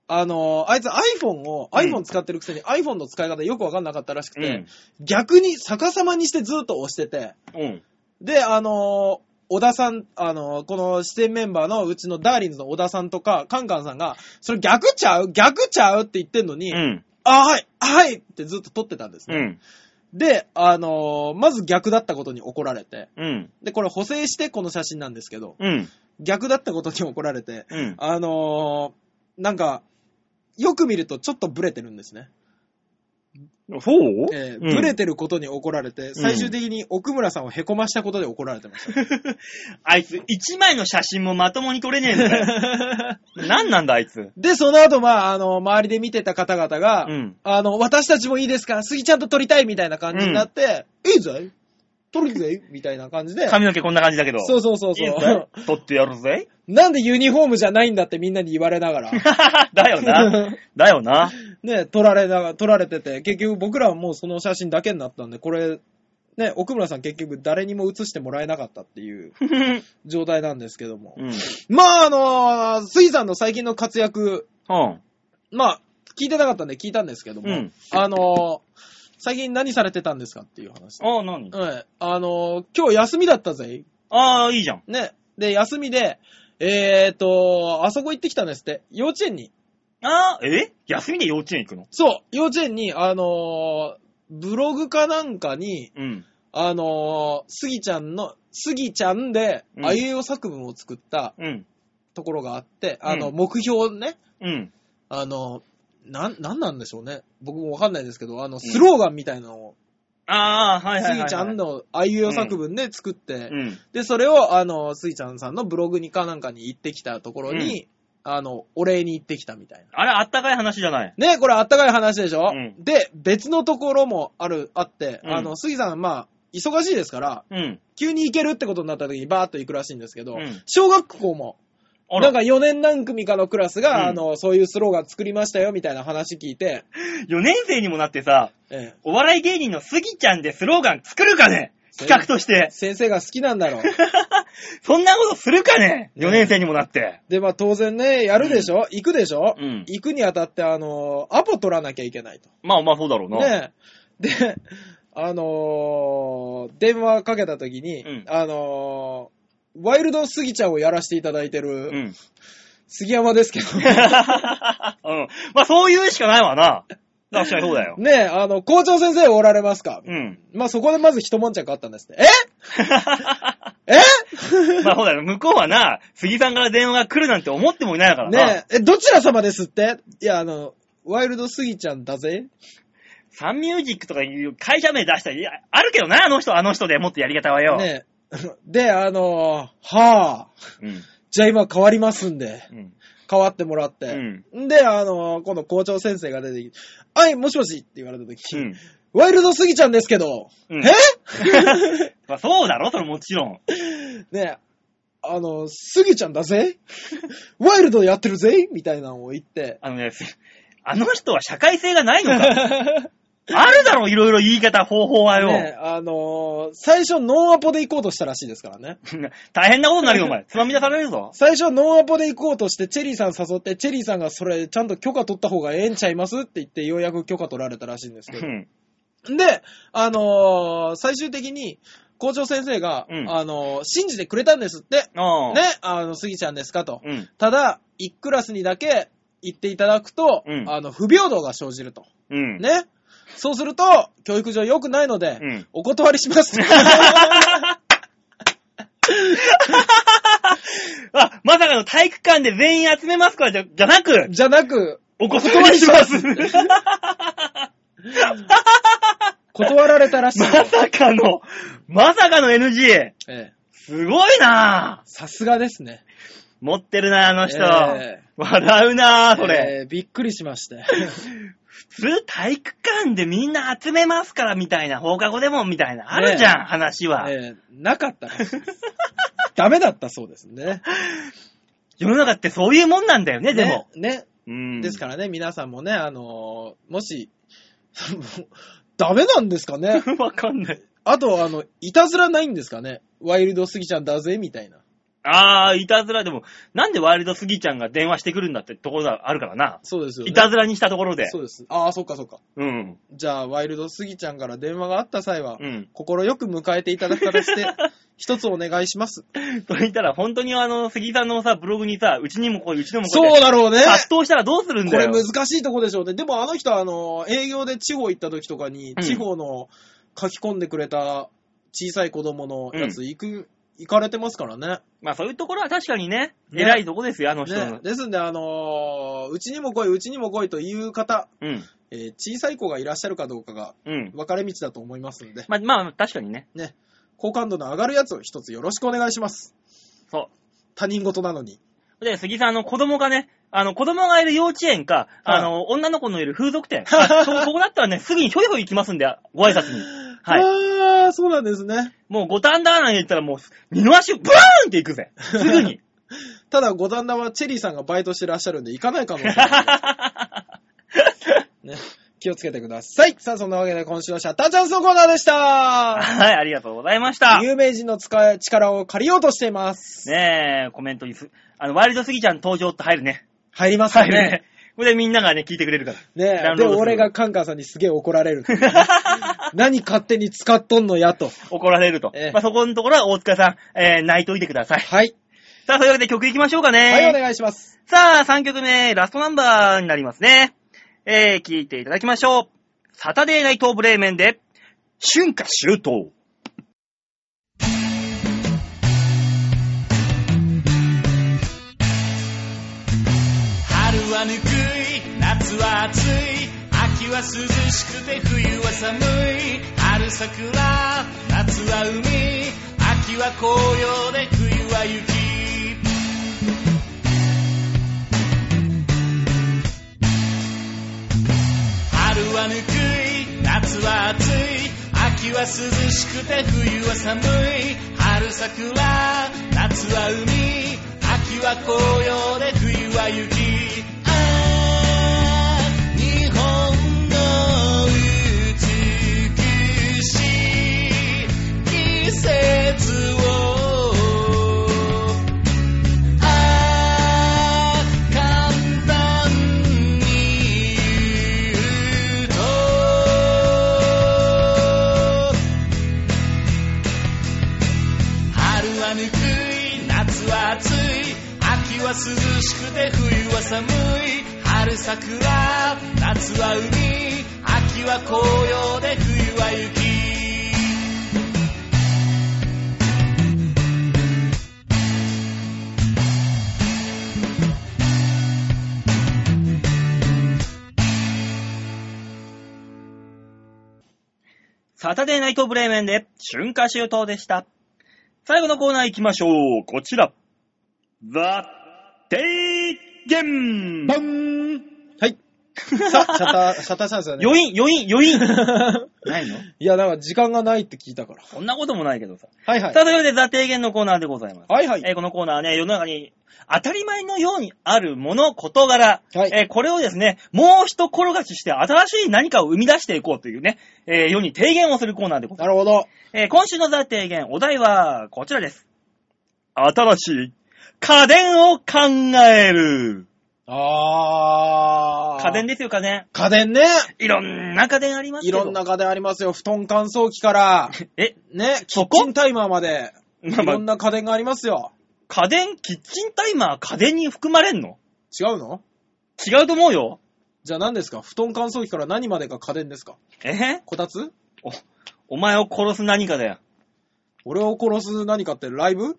Speaker 3: あの、あいつ iPhone を、
Speaker 2: うん
Speaker 3: iPhone 使ってるくせに iPhone の使い方よくわかんなかったらしく
Speaker 2: う
Speaker 3: て、
Speaker 2: ん。
Speaker 3: 逆に逆さまにしてずっと押してて、
Speaker 2: うん。
Speaker 3: で、あの、小田さん、あの、この出演メンバーのうちのダーリンズの小田さんとか、カンカンさんが、それ逆ちゃう逆ちゃうって言ってんのに、
Speaker 2: うん。
Speaker 3: あ、はいはいってずっと撮ってたんです
Speaker 2: う
Speaker 3: ね。
Speaker 2: ん。
Speaker 3: で、あの、まず逆だったことに怒られて、
Speaker 2: うん。
Speaker 3: で、これ補正してこの写真なんですけど、
Speaker 2: うん。
Speaker 3: 逆だったことに怒られて、
Speaker 2: うん。
Speaker 3: あのーなんか、よく見るとちょっとブレてるんですね。
Speaker 2: そう
Speaker 3: えーブレてることに怒られて、最終的に奥村さんをへこましたことで怒られてました。
Speaker 2: あいつ、一枚の写真もまともに撮れねえんだよ。なんなんだ、あいつ。
Speaker 3: で、その後、まあ、あの、周りで見てた方々が、
Speaker 2: うん。
Speaker 3: あの、私たちもいいですか杉ちゃんと撮りたいみたいな感じになって、いいぜ撮るぜみたいな感じで。
Speaker 2: 髪の毛こんな感じだけど。
Speaker 3: そうそうそう
Speaker 2: いい
Speaker 3: そう
Speaker 2: ぜ。撮ってやるぜ。
Speaker 3: なんでユニフォームじゃないんだってみんなに言われながら。
Speaker 2: だよな。だよな。
Speaker 3: ね、撮られなが、撮られてて、結局僕らはもうその写真だけになったんで、これ、ね、奥村さん結局誰にも映してもらえなかったっ ていう状態なんですけども。
Speaker 2: うん。
Speaker 3: まあ、あのー、水さんの最近の活躍、
Speaker 2: うん。
Speaker 3: まあ、聞いてなかったんで聞いたんですけども、
Speaker 2: うん
Speaker 3: あのー、最近何されてたんですかっていう話。
Speaker 2: ああ、何
Speaker 3: うん。あのー、今日休みだったぜ。
Speaker 2: ああ、いいじゃん。
Speaker 3: ね。で、休みで、えーと、あそこ行ってきたんですって。幼稚園に。
Speaker 2: ああ、え休みで幼稚園行くの
Speaker 3: そう、幼稚園に、あのー、ブログかなんかに、
Speaker 2: うん。
Speaker 3: あのー、スギちゃんの、スギちゃんで、
Speaker 2: うん
Speaker 3: あいうえお作文を作った
Speaker 2: うん。
Speaker 3: ところがあって、あの、
Speaker 2: うん
Speaker 3: 目標ね、
Speaker 2: うん。
Speaker 3: あの、なん、なんなんでしょうね。僕もわかんないですけど、あの、スローガンみたいなのを、
Speaker 2: ああ、はいはい
Speaker 3: ス
Speaker 2: はい、
Speaker 3: ギ
Speaker 2: はい。
Speaker 3: ちゃんのあいうえお作文で作って、
Speaker 2: うん。
Speaker 3: で、それを、あの、スギちゃんさんのブログにかなんかに行ってきたところに、あの、お礼に行ってきたみたいな。
Speaker 2: あれ、あったかい話じゃない。
Speaker 3: ね、これあったかい話でしょ、
Speaker 2: うん
Speaker 3: で、別のところもある、あって、
Speaker 2: うん
Speaker 3: あの、杉さん、まあ、忙しいですから、
Speaker 2: うん。
Speaker 3: 急に行けるってことになった時にバーッと行くらしいんですけど、
Speaker 2: うん
Speaker 3: 小学校も、
Speaker 2: あ
Speaker 3: な
Speaker 2: ら、
Speaker 3: んか4年何組かのクラスが、
Speaker 2: うん
Speaker 3: あの、そういうスローガン作りましたよ、みたいな話聞いて、
Speaker 2: 4年生にもなってさ、
Speaker 3: え
Speaker 2: お笑い芸人のスギちゃんでスローガン作るかね企画とし
Speaker 3: え
Speaker 2: て。
Speaker 3: 先生が好きなんだ ろう。
Speaker 2: そんなことするかね
Speaker 3: ね
Speaker 2: ?4 年生にもなって。
Speaker 3: で、まあ当然ね、やるでしょ、行くでしょ、
Speaker 2: うん
Speaker 3: 行くにあたって、あの、アポ取らなきゃいけないと。
Speaker 2: まあまあそうだろうな。
Speaker 3: ねえ。で、あのー電話かけた時に、
Speaker 2: うん
Speaker 3: あのーワイルドスギちゃんをやらせていただい て
Speaker 2: う
Speaker 3: る
Speaker 2: ん。
Speaker 3: 杉山ですけど、
Speaker 2: うん。まあそういうしかないわな。確かにそうだよ。
Speaker 3: ねえ、あの、校長先生おられますか、
Speaker 2: うん。
Speaker 3: まあ、そこでまず一悶着あったんですって。ええ
Speaker 2: まあそうだよ。向こうはな、杉さんから電話が来るなんて思ってもいないからな。
Speaker 3: ねえ、え、どちら様ですっていや、あの、ワイルドスギちゃんだぜ。
Speaker 2: サンミュージックとかいう会社名出したり、いやあるけどな、あの人、あの人でもっとやり方はよ。
Speaker 3: ねえ。 で、あのーはあ、
Speaker 2: うん。
Speaker 3: じゃあ今変わりますんで。
Speaker 2: うん。
Speaker 3: 変わってもらって。ん、で、あの、今度校長先生が出てきて、はい、もしもしって言われた時、
Speaker 2: うん。
Speaker 3: ワイルドスギちゃんですけど、
Speaker 2: うん
Speaker 3: え
Speaker 2: まあそうだろ、それもちろん。
Speaker 3: ねえ、あの、スギちゃんだ ぜワイルドやってるぜみたいなのを言って、
Speaker 2: あのね、す あの人は社会性がないの か。あるだろ、いろいろ言い方、方法はよ。
Speaker 3: ねえ、あの最初ノンアポで行こうとしたらしいですからね。
Speaker 2: 大変なことになるよ、お前。 つまみ出されるぞ。
Speaker 3: 最初ノンアポで行こうとして、チェリーさん誘って、チェリーさんがそれちゃんと許可取った方がええんちゃいますって言って、ようやく許可取られたらしいんです
Speaker 2: う
Speaker 3: けど。
Speaker 2: ん。
Speaker 3: で、あのー最終的に、校長先生が、
Speaker 2: うん
Speaker 3: あのー信じてくれたんですって。
Speaker 2: ああ。
Speaker 3: ね、あの、杉ちゃんですかと。
Speaker 2: うん。
Speaker 3: ただ、1クラスにだけ行っていただくと、
Speaker 2: うん
Speaker 3: あの、不平等が生じると。
Speaker 2: うん。
Speaker 3: ね。そうすると、教育上良くないので、
Speaker 2: うん
Speaker 3: お断りします。
Speaker 2: あ、まさかの体育館で全員集めますからじゃ、じゃなく、
Speaker 3: じゃなく、
Speaker 2: お断りし ます。
Speaker 3: 断られたらしいよ。
Speaker 2: まさかの、まさかの NG。
Speaker 3: ええ
Speaker 2: すごいなぁ。
Speaker 3: さすがですね。
Speaker 2: 持ってるなぁ、あの人。
Speaker 3: ええ
Speaker 2: 笑うなぁ、それ。
Speaker 3: えーびっくりしまして。
Speaker 2: 普通体育館でみんな集めますから、みたいな。放課後でも、みたいな。あるじゃん、話は。
Speaker 3: えーなかったらしいです。ダメだったそうですね。
Speaker 2: 世の中ってそういうもんなんだよね、でも。
Speaker 3: ね。ね
Speaker 2: うん。
Speaker 3: ですからね、皆さんもね、あのーもし、 ダメなんですかね
Speaker 2: わかんない。
Speaker 3: あと、あの、いたずらないんですかねワイルドスギちゃんだぜ、みたいな。
Speaker 2: あー、いたずらでも、なんでワイルドスギちゃんが電話してくるんだってところがあるからな。
Speaker 3: そうですよね。
Speaker 2: いたずらにしたところで。
Speaker 3: そうです。ああ、そっかそっか。
Speaker 2: うん。
Speaker 3: じゃあ、ワイルドスギちゃんから電話があった際は、
Speaker 2: うん。
Speaker 3: 心よく迎えていただく 形で、一つお願いします。
Speaker 2: と言ったら、本当にあの、杉さんのさ、ブログにさ、うちにもこういう、うちにもこう
Speaker 3: そ
Speaker 2: いう
Speaker 3: だろうね。
Speaker 2: 殺到したらどうするん
Speaker 3: こ
Speaker 2: だ
Speaker 3: れ
Speaker 2: よ。
Speaker 3: 難しいとこでしょうね。でもあの人はあの、営業で地方行った時とかに、
Speaker 2: うん
Speaker 3: 地方の書き込んでくれた小さい子供のやつ行く、行かれてますからね。
Speaker 2: まあそういうところは確かにね、
Speaker 3: ね
Speaker 2: 偉いとこですよ、あの人
Speaker 3: ね
Speaker 2: の。。
Speaker 3: ですんであのーうちにも来い、うちにも来いという方、
Speaker 2: うん。
Speaker 3: えー小さい子がいらっしゃるかどうかが
Speaker 2: うん。
Speaker 3: 分かれ道だと思いますんで、
Speaker 2: まあまあ、確かにね。
Speaker 3: ね、好感度の上がるやつを一つよろしくお願いします。
Speaker 2: そ
Speaker 3: 他人事なのに。
Speaker 2: う。で、杉さん、あの、子供がね、あの、子供がいる幼稚園か、
Speaker 3: はい
Speaker 2: あの、女の子のいる風俗 店。あそここだったらね、すぐにひょいひょい行きますんで、ご挨拶に。はい。
Speaker 3: あー、そうなんですね。
Speaker 2: もう五反田なんて言ったらもう、二の足をブーンって行くぜ。すぐ に。
Speaker 3: ただ、五段田はチェリーさんがバイトしてらっしゃるんで、行かない可能性があります。ね、 気をつけてください。さあ、そんなわけで今週のシャッターチャンスのコーナーでした。
Speaker 2: はい、ありがとうございました。
Speaker 3: 有名人の使い力を借りようとしています。
Speaker 2: ねえ、コメントにす、あの、ワイルドスギちゃん登場って入るね。
Speaker 3: 入りますよ
Speaker 2: 入る
Speaker 3: ね。
Speaker 2: ね。これでみんながね、聞いてくれるから。
Speaker 3: ね
Speaker 2: ダウン
Speaker 3: で、
Speaker 2: ロードする
Speaker 3: 俺がカンカンさんにすげえ怒られるっていう ね。何勝手に使っとんのやと。
Speaker 2: 怒られると。
Speaker 3: ええ
Speaker 2: まあ、そこのところは大塚さん、えー、泣いといてください。
Speaker 3: はい。
Speaker 2: さあ、そういうわけで曲いきましょうかね。
Speaker 3: はい、お願いします。
Speaker 2: さあ、3曲目、ラストナンバーになりますね。えー、聴いていただきましょう。サタデーナイトブレーメンで、春夏秋冬。
Speaker 1: 春はぬくい夏は暑い秋は涼しくて冬は寒い春桜夏は海秋は紅葉で冬は雪春はぬくい夏は暑い秋は涼しくて冬は寒い春桜夏は海秋は紅葉で冬は雪ああ日本の美しい季節をあー簡単に言うと春はぬくい夏は暑い秋は涼しくて冬は寒い春桜夏は海秋は紅葉で冬は雪
Speaker 2: サタデーナイトブレーメンで、春夏秋冬でした。最後のコーナー行きましょう。こちら。ザ・テイゲン
Speaker 3: バンはい。さあ、シャッ ター、シャッターチャンスだね。
Speaker 2: 余韻、余韻、 余韻ないの
Speaker 3: いや、なんか時間がないって聞いたから。
Speaker 2: そんなこともないけどさ。
Speaker 3: はいはい
Speaker 2: さ。あ、というわけで、ザ・提言のコーナーでございます。
Speaker 3: はいはい
Speaker 2: えーこのコーナーはね、世の中に当たり前のようにあるもの、事柄、
Speaker 3: はい
Speaker 2: えーこれをですね、もう一転がしして新しい何かを生み出していこうというね、えー世に提言をするコーナーでございます。
Speaker 3: なるほど。
Speaker 2: えー今週のザ・提言、お題はこちらです。新しい家電を考える。
Speaker 3: あー。
Speaker 2: 家電ですよ、家電。
Speaker 3: 家電ね。
Speaker 2: いろんな家電あります
Speaker 3: い
Speaker 2: けど。
Speaker 3: ろんな家電ありますよ。布団乾燥機から、
Speaker 2: え、
Speaker 3: ね、キ
Speaker 2: そ
Speaker 3: ッ
Speaker 2: こ
Speaker 3: チンタイマーまで、い
Speaker 2: まあま
Speaker 3: ろ
Speaker 2: あ
Speaker 3: ん、な家電がありますよ。
Speaker 2: 家電、キッチンタイマー、家電に含まれんの
Speaker 3: 違うの
Speaker 2: 違うと思うよ。
Speaker 3: じゃあ何ですか布団乾燥機から何までが家電ですか
Speaker 2: えへ
Speaker 3: こたつ
Speaker 2: お前を殺す何かだよ。
Speaker 3: 俺を殺す何かってライブ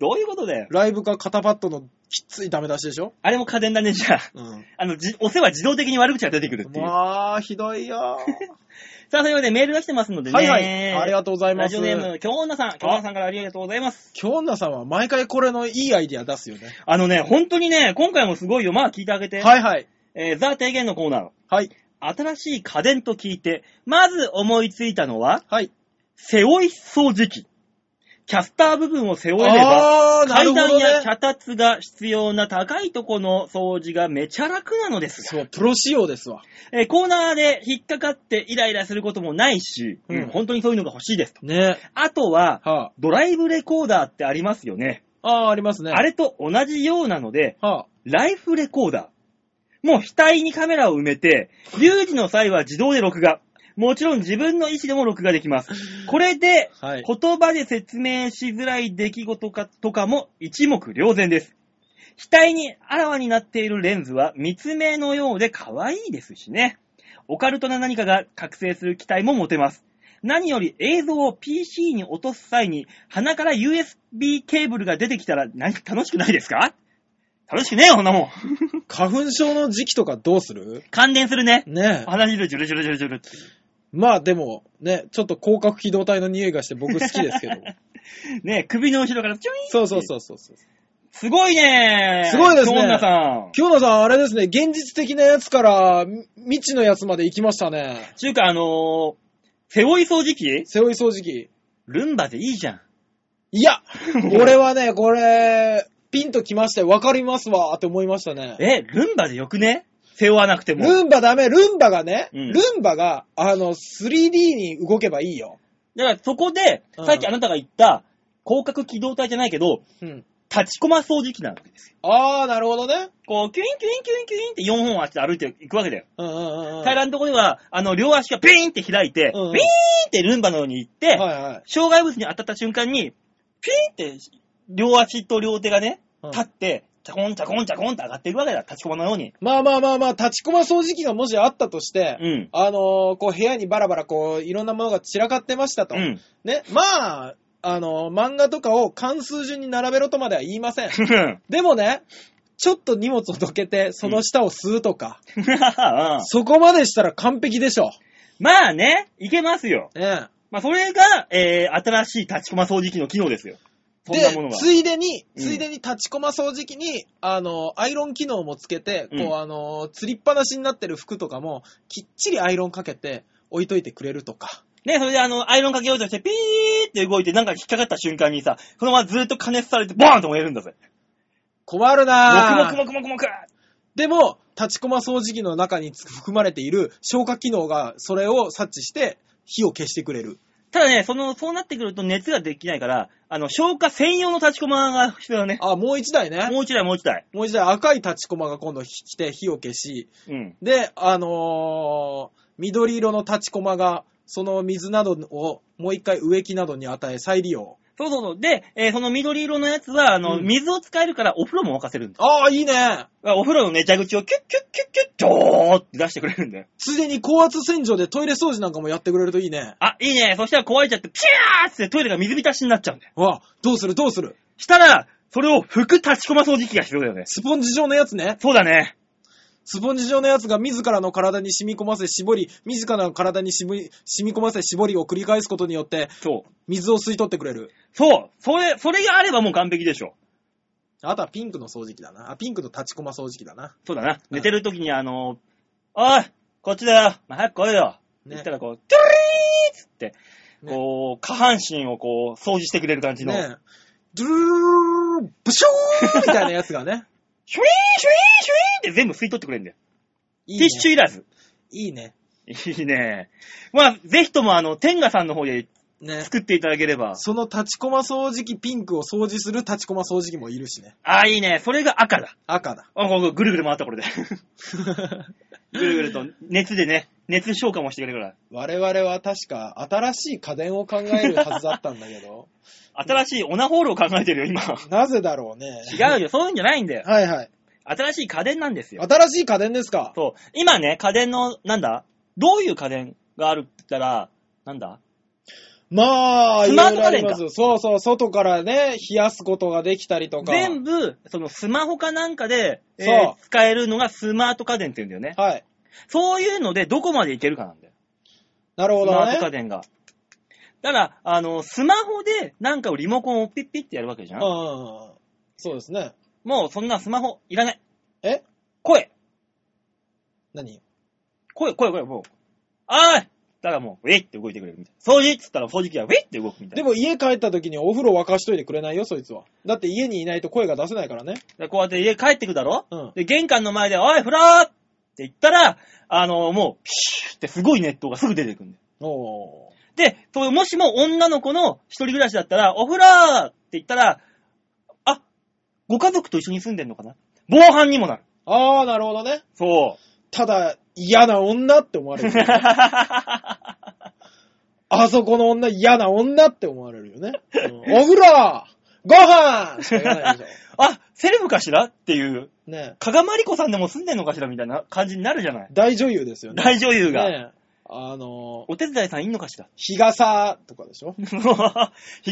Speaker 2: どういうことだよ。
Speaker 3: ライブか肩パッドのきついダメ出しでしょ
Speaker 2: あれも家電だね、じゃあ。
Speaker 3: うん。
Speaker 2: あの、 じ、お世話自動的に悪口が出てくるっていう。
Speaker 3: まあ、ひどいよ。
Speaker 2: さあ、というわけでメールが来てます のでね。
Speaker 3: はいはい。ありがとうございま
Speaker 2: ラ
Speaker 3: す
Speaker 2: ジオ。ネーム、京女さん。京女さんからありがとうございます。
Speaker 3: 京女さんは毎回これのいいアイディア出すよね。
Speaker 2: あのね、本当にね、今回もすごいよ。まあ聞いてあげて。
Speaker 3: はいはい。
Speaker 2: えー、ザ・提言のコーナー。
Speaker 3: はい。
Speaker 2: 新しい家電と聞いて、まず思いついたのは、
Speaker 3: はい。
Speaker 2: 背負い掃除機。キャスター部分を背負えれば、
Speaker 3: あー、なる
Speaker 2: 階段
Speaker 3: ほど
Speaker 2: や
Speaker 3: ね。
Speaker 2: 脚立が必要な高いとこの掃除がめちゃ楽なのですが
Speaker 3: そう、プロ仕様ですわ。
Speaker 2: えーコーナーで引っかかってイライラすることもないし、
Speaker 3: うん
Speaker 2: うん本当にそういうのが欲しいですと。
Speaker 3: ね。
Speaker 2: あとは、
Speaker 3: は
Speaker 2: ドライブレコーダーってありますよね。
Speaker 3: あ。ああ、ありますね。
Speaker 2: あれと同じようなので、
Speaker 3: はあ。
Speaker 2: ライフレコーダー。もう額にカメラを埋めて、有事の際は自動で録画。もちろん自分の意思でも録画できます。これで、
Speaker 3: はい。
Speaker 2: 言葉で説明しづらい出来事かとかも一目瞭然です。額にあらわになっているレンズは見つめのようで可愛いですしね。オカルトな何かが覚醒する期待も持てます。何より映像を PC に落とす際に鼻から USB ケーブルが出てきたら何楽しくないですか楽しくねえよ、こんなもん。
Speaker 3: 花粉症の時期とかどうする
Speaker 2: 感電するね。
Speaker 3: ねえ。
Speaker 2: 鼻にジュルジュルジュルジュルって。
Speaker 3: まあでも、ね、ちょっと広角機動隊の匂いがして僕好きですけ ど。
Speaker 2: ね首の後ろからチュイーン
Speaker 3: そうそうそうそうそう。
Speaker 2: すごいね
Speaker 3: すごいですね
Speaker 2: 京女さん。
Speaker 3: 京野さん、あれですね、現実的なやつから、み未知のやつまで行きましたね。
Speaker 2: ちゅうか、あのー、背負い掃除機
Speaker 3: 背負い掃除機。
Speaker 2: ルンバでいいじゃん。
Speaker 3: いや、俺はね、これ、ピンときまして、わかりますわ、って思いましたね。
Speaker 2: え、ルンバでよくね背負わなくても。
Speaker 3: ルンバダメ、ルンバがね、
Speaker 2: うん
Speaker 3: ルンバが、あの、3D に動けばいいよ。
Speaker 2: だからそこで、
Speaker 3: うん
Speaker 2: さっきあなたが言った、広角機動隊じゃないけど、
Speaker 3: うん。
Speaker 2: 立ちコマ掃除機なわけですよ。
Speaker 3: あー、なるほどね。
Speaker 2: こう、キュインキュインキュインキュインって4本足で歩いていくわけだよ。
Speaker 3: うんうんうんうん。
Speaker 2: 平らのところでは、あの、両足がピーンって開いて、ピ
Speaker 3: う
Speaker 2: ーンっ
Speaker 3: ん
Speaker 2: てルンバのように行って、
Speaker 3: はいはい。
Speaker 2: 障害物に当たった瞬間に、ピーンって両足と両手がね、
Speaker 3: うん
Speaker 2: 立って、チャコンチャコンチャコンって上がっていくわけだ、立ちコマのように。
Speaker 3: まあまあまあまあ、立ちコマ掃除機がもしあったとして、
Speaker 2: うん。
Speaker 3: あのーこう部屋にバラバラこう、いろんなものが散らかってましたと。
Speaker 2: うん。
Speaker 3: ね、まあ、あのー漫画とかを関数順に並べろとまでは言いません。でもね、ちょっと荷物をどけて、その下を吸うとか、
Speaker 2: うん
Speaker 3: そこまでしたら完璧でしょ。
Speaker 2: まあね、いけますよ。
Speaker 3: ね
Speaker 2: まあ、それが、えー、新しい立ちコマ掃除機の機能ですよ。そんなもの
Speaker 3: で、
Speaker 2: が。
Speaker 3: ついでに、
Speaker 2: うん
Speaker 3: ついでに立ちコマ掃除機に、あのーアイロン機能もつけて、
Speaker 2: うん
Speaker 3: こう、あのー吊りっぱなしになってる服とかも、きっちりアイロンかけて、置いといてくれるとか。
Speaker 2: ね、それであの、アイロンかけようとして、ピーって動いて、なんか引っかかった瞬間にさ、そのままずっと加熱されて、ボーンと燃えるんだぜ。
Speaker 3: 困る
Speaker 2: も
Speaker 3: なぁ。
Speaker 2: くもくもくもくもく
Speaker 3: でも、立ちコマ掃除機の中に含まれている消火機能がそれを察知して火を消してくれる。
Speaker 2: ただね、その、そうなってくると熱ができないから、あの、消火専用の立ちコマが必要だね。
Speaker 3: あ、もう一台ね。
Speaker 2: もう一台もう一台。
Speaker 3: もう一台赤い立ちコマが今度来て火を消し、
Speaker 2: うん。
Speaker 3: で、あのー緑色の立ちコマがその水などをもう一回植木などに与え再利用。
Speaker 2: そうそうそう。で、えーその緑色のやつは、あの、
Speaker 3: うん
Speaker 2: 水を使えるからお風呂も沸かせるんだ。
Speaker 3: ああ、いいね。
Speaker 2: お風呂のね、蛇口をキュッキュッキュッキュッ、ジョーって出してくれるんだよ。
Speaker 3: ついでに高圧洗浄でトイレ掃除なんかもやってくれるといいね。
Speaker 2: あ、いいね。そしたら壊れちゃって、ピャーってトイレが水浸しになっちゃうんだよ。
Speaker 3: わあ、どうするどうする
Speaker 2: したら、それを拭く立ちコマ掃除機が必要だよね。
Speaker 3: スポンジ状のやつね。
Speaker 2: そうだね。
Speaker 3: スポンジ状のやつが自らの体に染み込ませ絞り、自らの体に染み染み込ませ絞りを繰り返すことによって、
Speaker 2: そう。
Speaker 3: 水を吸い取ってくれる。
Speaker 2: そう。それ、それがあればもう完璧でしょ。
Speaker 3: あとはピンクの掃除機だな。あ、ピンクの立ちコマ掃除機だな。
Speaker 2: そうだな。寝てる時にあの、おいこっちだよまあ早く来いよ
Speaker 3: ね
Speaker 2: 言ったらこう、トゥルリーっつって、
Speaker 3: ね
Speaker 2: こう、下半身をこう、掃除してくれる感じの、
Speaker 3: ねえ。ドゥルルルルブショーンみたいなやつ がね。
Speaker 2: シュイーンシュイーンシュイーンって全部吸い取ってくれるんだよ。
Speaker 3: いい
Speaker 2: ティ
Speaker 3: ね
Speaker 2: ッシュいらず。
Speaker 3: いいね。
Speaker 2: いいね。まあ、ぜひともあの、天下さんの方で
Speaker 3: ね。
Speaker 2: 作っていただければ。
Speaker 3: その立ちコマ掃除機ピンクを掃除する立ちコマ掃除機もいるしね。
Speaker 2: ああ、いいね。それが赤だ。
Speaker 3: 赤だ。
Speaker 2: あ、こうぐるぐる回った、これ で。ぐるぐると、熱でね、熱消化もしてくれるから。
Speaker 3: 我々は確か新しい家電を考えるはずだったんだけ ど、
Speaker 2: 新しいオナホールを考えてるよ、今。
Speaker 3: なぜだろうね。
Speaker 2: 違うよ、そういうんじゃないんだよ。
Speaker 3: はいはい。
Speaker 2: 新しい家電なんですよ。
Speaker 3: 新しい家電ですか
Speaker 2: そう。今ね、家電の、なんだどういう家電があるって言ったら、なんだ
Speaker 3: まあ、
Speaker 2: ス
Speaker 3: い
Speaker 2: マート家電
Speaker 3: ろいろ
Speaker 2: か
Speaker 3: ありますよ。そうそう、外からね、冷やすことができたりとか。
Speaker 2: 全部、そのスマホかなんかで、えー
Speaker 3: そう
Speaker 2: 使えるのがスマート家電って言うんだよね。
Speaker 3: はい。
Speaker 2: そういうので、どこまでいけるかなんだよ。
Speaker 3: なる
Speaker 2: ス
Speaker 3: ほ
Speaker 2: マ
Speaker 3: ど
Speaker 2: ート家
Speaker 3: ね。
Speaker 2: 電が。だから、あの、スマホでなんかをリモコンをピッピッってやるわけじゃ。
Speaker 3: うんん。そうですね。
Speaker 2: もうそんなスマホいらない。
Speaker 3: え
Speaker 2: 声
Speaker 3: 何
Speaker 2: 声声声もう。あーいだからもう、ウィッって動いてくれるみたいな。掃除っつったら掃除機がウィッって動くみたいな。
Speaker 3: でも家帰った時にお風呂沸かしといてくれないよ、そいつは。だって家にいないと声が出せないからね。
Speaker 2: でこうやって家帰ってくだろ、
Speaker 3: うん
Speaker 2: で、玄関の前で、おい、フラーって言ったら、あの、もう、ピシューってすごい熱湯がすぐ出てくるんだよ。
Speaker 3: おー。
Speaker 2: で、そうもしも女の子の一人暮らしだったら、お風呂って言ったら、あ、ご家族と一緒に住んでんのかな防犯にもなる。
Speaker 3: あー、なるほどね。
Speaker 2: そう。
Speaker 3: ただ、嫌な女って思われる よね。あそこの女嫌な女って思われるよね。うんお風呂ご飯しか言わないでし
Speaker 2: あ、セレブかしらっていう、
Speaker 3: ょ。ね
Speaker 2: 加賀まりこさんでも住んでんのかしらみたいな感じになるじゃない。
Speaker 3: 大女優ですよね。
Speaker 2: 大女優が。
Speaker 3: ねあのー、
Speaker 2: お手伝いさんいんのかしら
Speaker 3: 日傘とかでしょ
Speaker 2: 日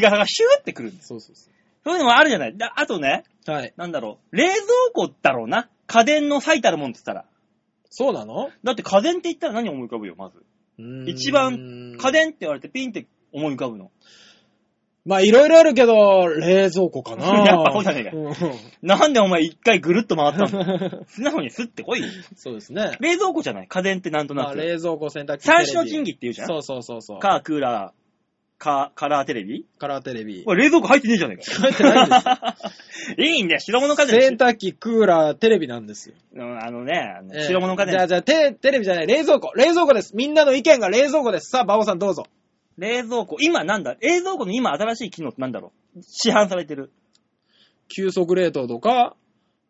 Speaker 2: 傘がシューってくるんです。
Speaker 3: そうそうそ
Speaker 2: そういうのもあるじゃない。だあとね、
Speaker 3: う。はい。
Speaker 2: なんだろう、冷蔵庫だろうな。家電の最たるもんって言ったら。
Speaker 3: そうなの
Speaker 2: だって家電って言ったら何思い浮かぶよ、まず。一番家。電って言われてピンって思い浮かぶの。
Speaker 3: まあ、いろいろあるけど、冷蔵庫か な。
Speaker 2: やっぱそうじゃねえか
Speaker 3: うん
Speaker 2: なんでお前一回ぐるっと回ったん だ素直にスッて来いよ。
Speaker 3: そうですね。
Speaker 2: 冷蔵庫じゃない家電ってなんと
Speaker 3: ま
Speaker 2: な
Speaker 3: あ、
Speaker 2: く。
Speaker 3: 冷蔵庫、洗濯機。
Speaker 2: 三種の神器
Speaker 3: 器
Speaker 2: って言うじゃん
Speaker 3: そうそうそうそう。
Speaker 2: カー、クーラか、カラーテレビ
Speaker 3: カラーテレビ。
Speaker 2: これ冷蔵庫入ってねえじゃねえか。
Speaker 3: 入ってないんですよ。
Speaker 2: いいんだよ、白物家電。
Speaker 3: 洗濯機、クーラー、テレビなんですよ。
Speaker 2: うんあのね、あの
Speaker 3: ええ
Speaker 2: 白物家電。
Speaker 3: じゃあ、じゃあ、テテレビじゃない、冷蔵庫。冷蔵庫です。みんなの意見が冷蔵庫です。さあ、馬王さんどうぞ。
Speaker 2: 冷蔵庫、今なんだ冷蔵庫の今新しい機能ってなんだろう市販されてる。
Speaker 3: 急速冷凍とか、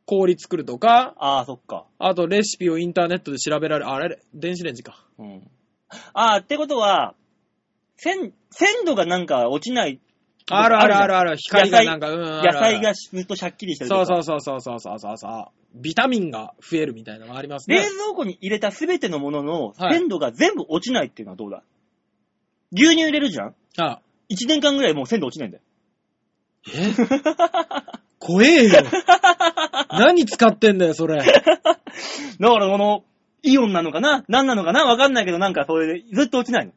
Speaker 3: 氷作るとか、
Speaker 2: ああ、そっか。
Speaker 3: あとレシピをインターネットで調べられる。あれ、電子レンジか。
Speaker 2: うん。ああ、ってことは、鮮、鮮度がなんか落ちない。
Speaker 3: あるあるあるある。光がなんか、うん。
Speaker 2: 野
Speaker 3: あるある
Speaker 2: 菜がずっとシャッキリしてると
Speaker 3: そ
Speaker 2: か。
Speaker 3: うそうそうそうそうそうそうそう。ビタミンが増えるみたいなのがあります
Speaker 2: 冷
Speaker 3: ね。
Speaker 2: 蔵庫に入れたすべてのものの
Speaker 3: はい
Speaker 2: 鮮度が全部落ちないっていうのはどうだ、牛乳入れるじゃん
Speaker 3: あ
Speaker 2: ?1 年間ぐらいもう鮮度落ちないんだよ。
Speaker 3: え怖え よ。何使ってんだよ、それ。
Speaker 2: だからこの、イオンなのかな何なのかなわかんないけどなんかそれでずっと落ちないの。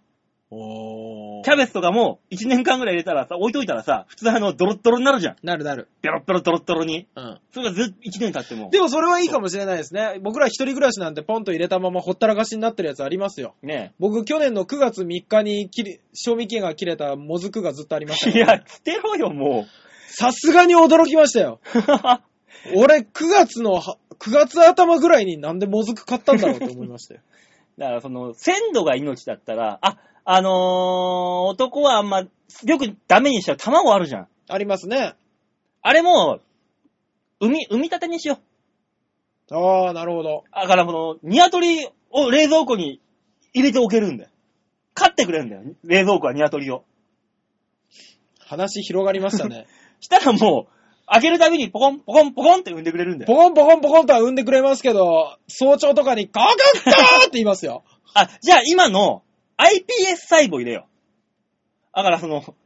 Speaker 3: おー
Speaker 2: キャベツとかも1年間ぐらい入れたらさ、置いといたらさ、普通あの、ドロッドロになるじゃん。
Speaker 3: なるなる。
Speaker 2: ペロッペロドロッドロに。
Speaker 3: うん。
Speaker 2: それがずっと1年経っても。
Speaker 3: でもそれはいいかもしれないですね。僕ら一人暮らしなんてポンと入れたままほったらかしになってるやつありますよ。
Speaker 2: ね
Speaker 3: 僕、去年の9月3日に切れ賞味期限が切れたもずくがずっとありました
Speaker 2: え。い
Speaker 3: よ。
Speaker 2: や、捨てろよ、も
Speaker 3: さすがに驚きましたよ。
Speaker 2: う。
Speaker 3: 俺、9月のは、9月頭ぐらいになんでもずく買ったんだろうと思いましたよ。
Speaker 2: だからその、鮮度が命だったら、あ、あのー、男はあんま、よくダメにしちゃう卵あるじゃん。
Speaker 3: ありますね。
Speaker 2: あれも、産み、産み立てにしよう。
Speaker 3: ああ、なるほど。
Speaker 2: だからこの、鶏を冷蔵庫に入れておけるんだよ。飼ってくれるんだよ。冷蔵庫は鶏を。
Speaker 3: 話広がりましたね。
Speaker 2: したらもう、開けるたびにポコン、ポコン、ポコンって産んでくれるんだよ。
Speaker 3: ポコンポコンポコンとは産んでくれますけど、早朝とかに、かかったーって言いますよ。
Speaker 2: あ、じゃあ今の iPS 細胞入れよう。だからその、皮ばっか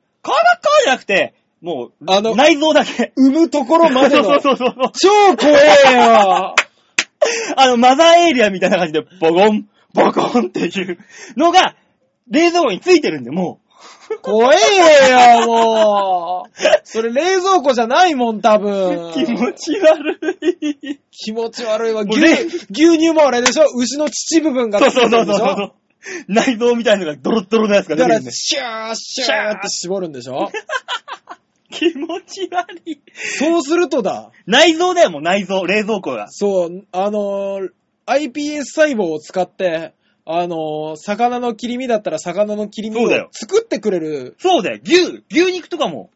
Speaker 2: じゃなくて、もう、
Speaker 3: あの
Speaker 2: 内臓だけ。
Speaker 3: 産むところまで
Speaker 2: そ
Speaker 3: の
Speaker 2: う。そうそうそう。
Speaker 3: 超怖えよ
Speaker 2: あの、マザーエイリアンみたいな感じで、ボコン、ボコンっていうのが、冷蔵庫についてるんで、も
Speaker 3: 怖えよ、もう。それ冷蔵庫じゃないもん、多分
Speaker 2: う、。気持ち悪い。
Speaker 3: 気持ち悪いわ。
Speaker 2: もう
Speaker 3: 牛
Speaker 2: ね
Speaker 3: 牛乳もあれでしょ牛の乳部分が
Speaker 2: そう
Speaker 3: ついて
Speaker 2: そう
Speaker 3: る
Speaker 2: そうん
Speaker 3: で
Speaker 2: そう
Speaker 3: しょ
Speaker 2: そう。内臓みたいなのがドロッドロのやつが
Speaker 3: だ
Speaker 2: 出
Speaker 3: か
Speaker 2: てくる
Speaker 3: ら、
Speaker 2: んで。
Speaker 3: シャー、シャーって絞るんでしょ
Speaker 2: 気持ち悪い。
Speaker 3: そうするとだ。
Speaker 2: 内臓だよ、もう内臓、冷蔵庫が。
Speaker 3: そう、あのー iPS 細胞を使って、あのー魚の切り身だったら魚の切り身
Speaker 2: そうだ
Speaker 3: を
Speaker 2: よ
Speaker 3: 作ってくれる。
Speaker 2: そうだよ、牛、牛肉とかも。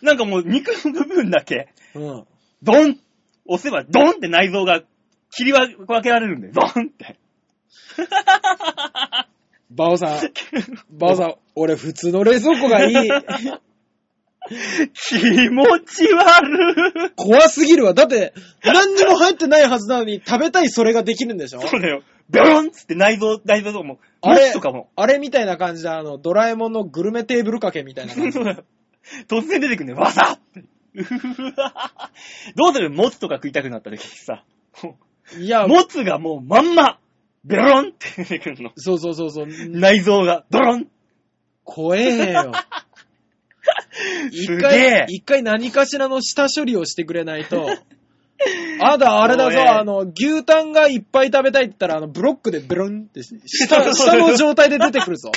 Speaker 2: なんかもう肉の部分だけ、
Speaker 3: うん。
Speaker 2: ドン押せばドンって内臓が切り分けられるんだよ、ドンって。
Speaker 3: バ オさん、バオさん、俺普通の冷蔵庫がいい。
Speaker 2: 気持ち悪い。
Speaker 3: 怖すぎるわ。だって、何にも入ってないはずなのに、食べたいそれができるんでしょ
Speaker 2: そうだよ。ビョロンっつって内臓、内臓とかも、
Speaker 3: あ
Speaker 2: ム
Speaker 3: れ
Speaker 2: チとかも。
Speaker 3: あれみたいな感じで、あの、ドラえもんのグルメテーブルかけみたいな感じ
Speaker 2: そ。うだよ。 突然出てくるんだよ、わさって。 うわどうするもつとか食いたくなった時さ。
Speaker 3: いや、
Speaker 2: もつがもうまんま、ビョロンって出てくるの。
Speaker 3: そうそうそうそう。
Speaker 2: 内臓が、ドロン
Speaker 3: 怖えよ。一
Speaker 2: すげえ
Speaker 3: 回、一回何かしらの下処理をしてくれない と。あだ、あれだ
Speaker 2: 怖え
Speaker 3: ぞ、あの、牛タンがいっぱい食べたいって言ったら、あの、ブロックでブルンって、
Speaker 2: そ
Speaker 3: 下、
Speaker 2: うそう
Speaker 3: 下の状態で出てくるぞ。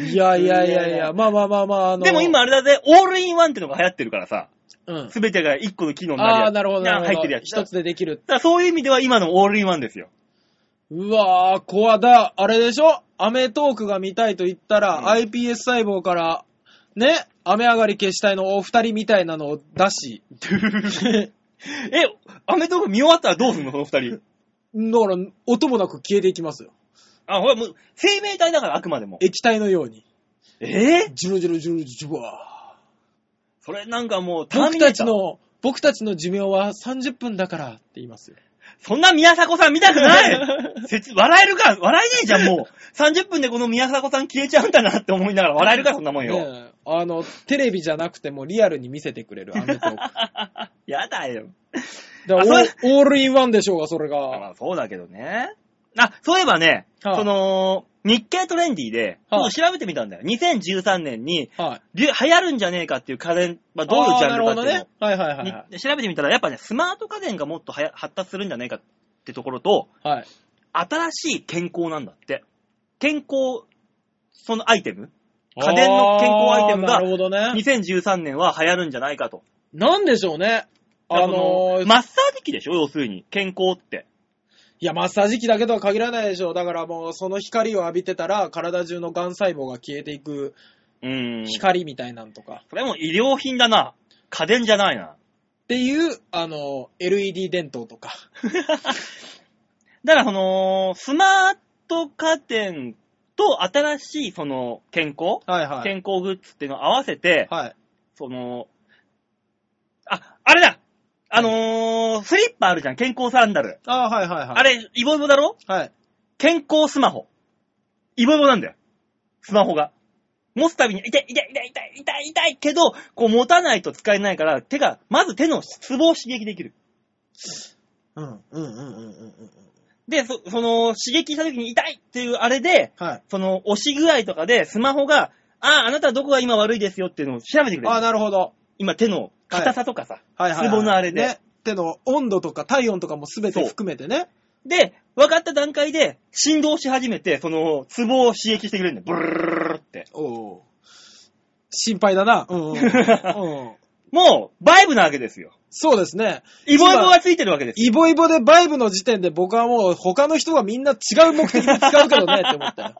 Speaker 3: いやいやいやいや、まあまあまあまあ、あの、
Speaker 2: でも今、あれだぜ、オールインワンってのが流行ってるからさ、
Speaker 3: うん。
Speaker 2: すべてが一個の機能になるやつ。
Speaker 3: ああ、なるほど、なるほど。
Speaker 2: 入ってるやつ。
Speaker 3: 一つでできる。
Speaker 2: だからそういう意味では今のオールインワン ですよ。
Speaker 3: うわー、怖だ。あれでしょアメトークが見たいと言ったら、
Speaker 2: うん
Speaker 3: iPS 細胞から、ね、雨上がり消したいのお二人みたいなのを出し、
Speaker 2: え、アメトーク見終わったらどうすんの、その二人。
Speaker 3: だから、音もなく消えていきますよ。
Speaker 2: あ、ほら、もう、生命体だから、あくまでも。
Speaker 3: 液体のように。
Speaker 2: ええ
Speaker 3: ジュルジュルジュルジュルワ
Speaker 2: それなんかもう、
Speaker 3: ー。僕たち
Speaker 2: ターミネーター。
Speaker 3: の、僕たちの寿命は30分だからって言いますよ。
Speaker 2: そんな宮迫さん見たく ないせつ笑えるか、笑えねえじゃん、もう。30分でこの宮迫さん消えちゃうんだなって思いながら笑えるか、そんなもんよ。
Speaker 3: ねえあの、テレビじゃなくてもリアルに見せてくれるア メトーク。だか
Speaker 2: やだよ。
Speaker 3: ら
Speaker 2: あそれ
Speaker 3: オーオールインワンでしょうが、それ
Speaker 2: ま
Speaker 3: が。
Speaker 2: あ、そうだけどね。あ、そういえばね、
Speaker 3: はい
Speaker 2: その、日経トレンディで、
Speaker 3: はい
Speaker 2: ちょっと調べてみたんだよ。2013年に、
Speaker 3: はい。
Speaker 2: 流流行るんじゃねえかっていう家電、まあ、どういうジャンルかって
Speaker 3: あーなるほど
Speaker 2: いうのを
Speaker 3: ね。はいはいはいは
Speaker 2: に調べてみたら、やっぱね、スマート家電がもっとはや発達するんじゃないかってところと、
Speaker 3: い。はい。
Speaker 2: 新しい健康なんだって。健康そのアイテム、家電の健康アイテムが
Speaker 3: あーなるほ どね。
Speaker 2: 2013年は流行るんじゃないかと。
Speaker 3: なんでしょうね。あ
Speaker 2: だからそ
Speaker 3: のー
Speaker 2: マッサージ機でしょ要するに。健康って。
Speaker 3: いや、マッサージ機だけとは限らないでしょう。だからもう、その光を浴びてたら、体中の癌細胞が消えていく
Speaker 2: うーん。
Speaker 3: 光みたいなんとか。っ
Speaker 2: それも医療品だな。家電じゃないな。
Speaker 3: ていう、あのー、LED 電灯とか。
Speaker 2: だから、その、スマート家電と新しい、その、健康、
Speaker 3: はいは。
Speaker 2: 健康グッズっていうのを合わせて、
Speaker 3: はい。
Speaker 2: その、あ、あれだあのー、スリッパあるじゃん。健康サンダル。
Speaker 3: あーはいはいはい。
Speaker 2: あれ、イボイボだろ
Speaker 3: はい。
Speaker 2: 健康スマホ。イボイボなんだよ。スマホが。持つたびに、痛い痛い痛い痛い痛い痛いけど、こう持たないと使えないから、手が、まず手のツボを刺激できる。
Speaker 3: うん、うん、うん、うん、うんうん。
Speaker 2: で、そその、刺激した時に痛いっていうあれで、
Speaker 3: はい。
Speaker 2: その、押し具合とかで、スマホが、ああ、あなたどこが今悪いですよっていうのを調べてくれ
Speaker 3: あー
Speaker 2: る。
Speaker 3: なるほど。
Speaker 2: 今手の硬さとかさ。
Speaker 3: はいはい、はい。
Speaker 2: ツボのあれで
Speaker 3: ね。手の温度とか体温とかも全て含めてね。
Speaker 2: で、分かった段階で、振動し始めて、その、ツボを刺激してくれるんだよ。ブルルルルルって。
Speaker 3: おう心配だな。うん、うん。うん
Speaker 2: もう、バイブなわけですよ。
Speaker 3: そうですね。
Speaker 2: イボイボがついてるわけですよ
Speaker 3: イボイボでバイブの時点で僕はもう他の人がみんな違う目的で使うけど ねって思ったよ。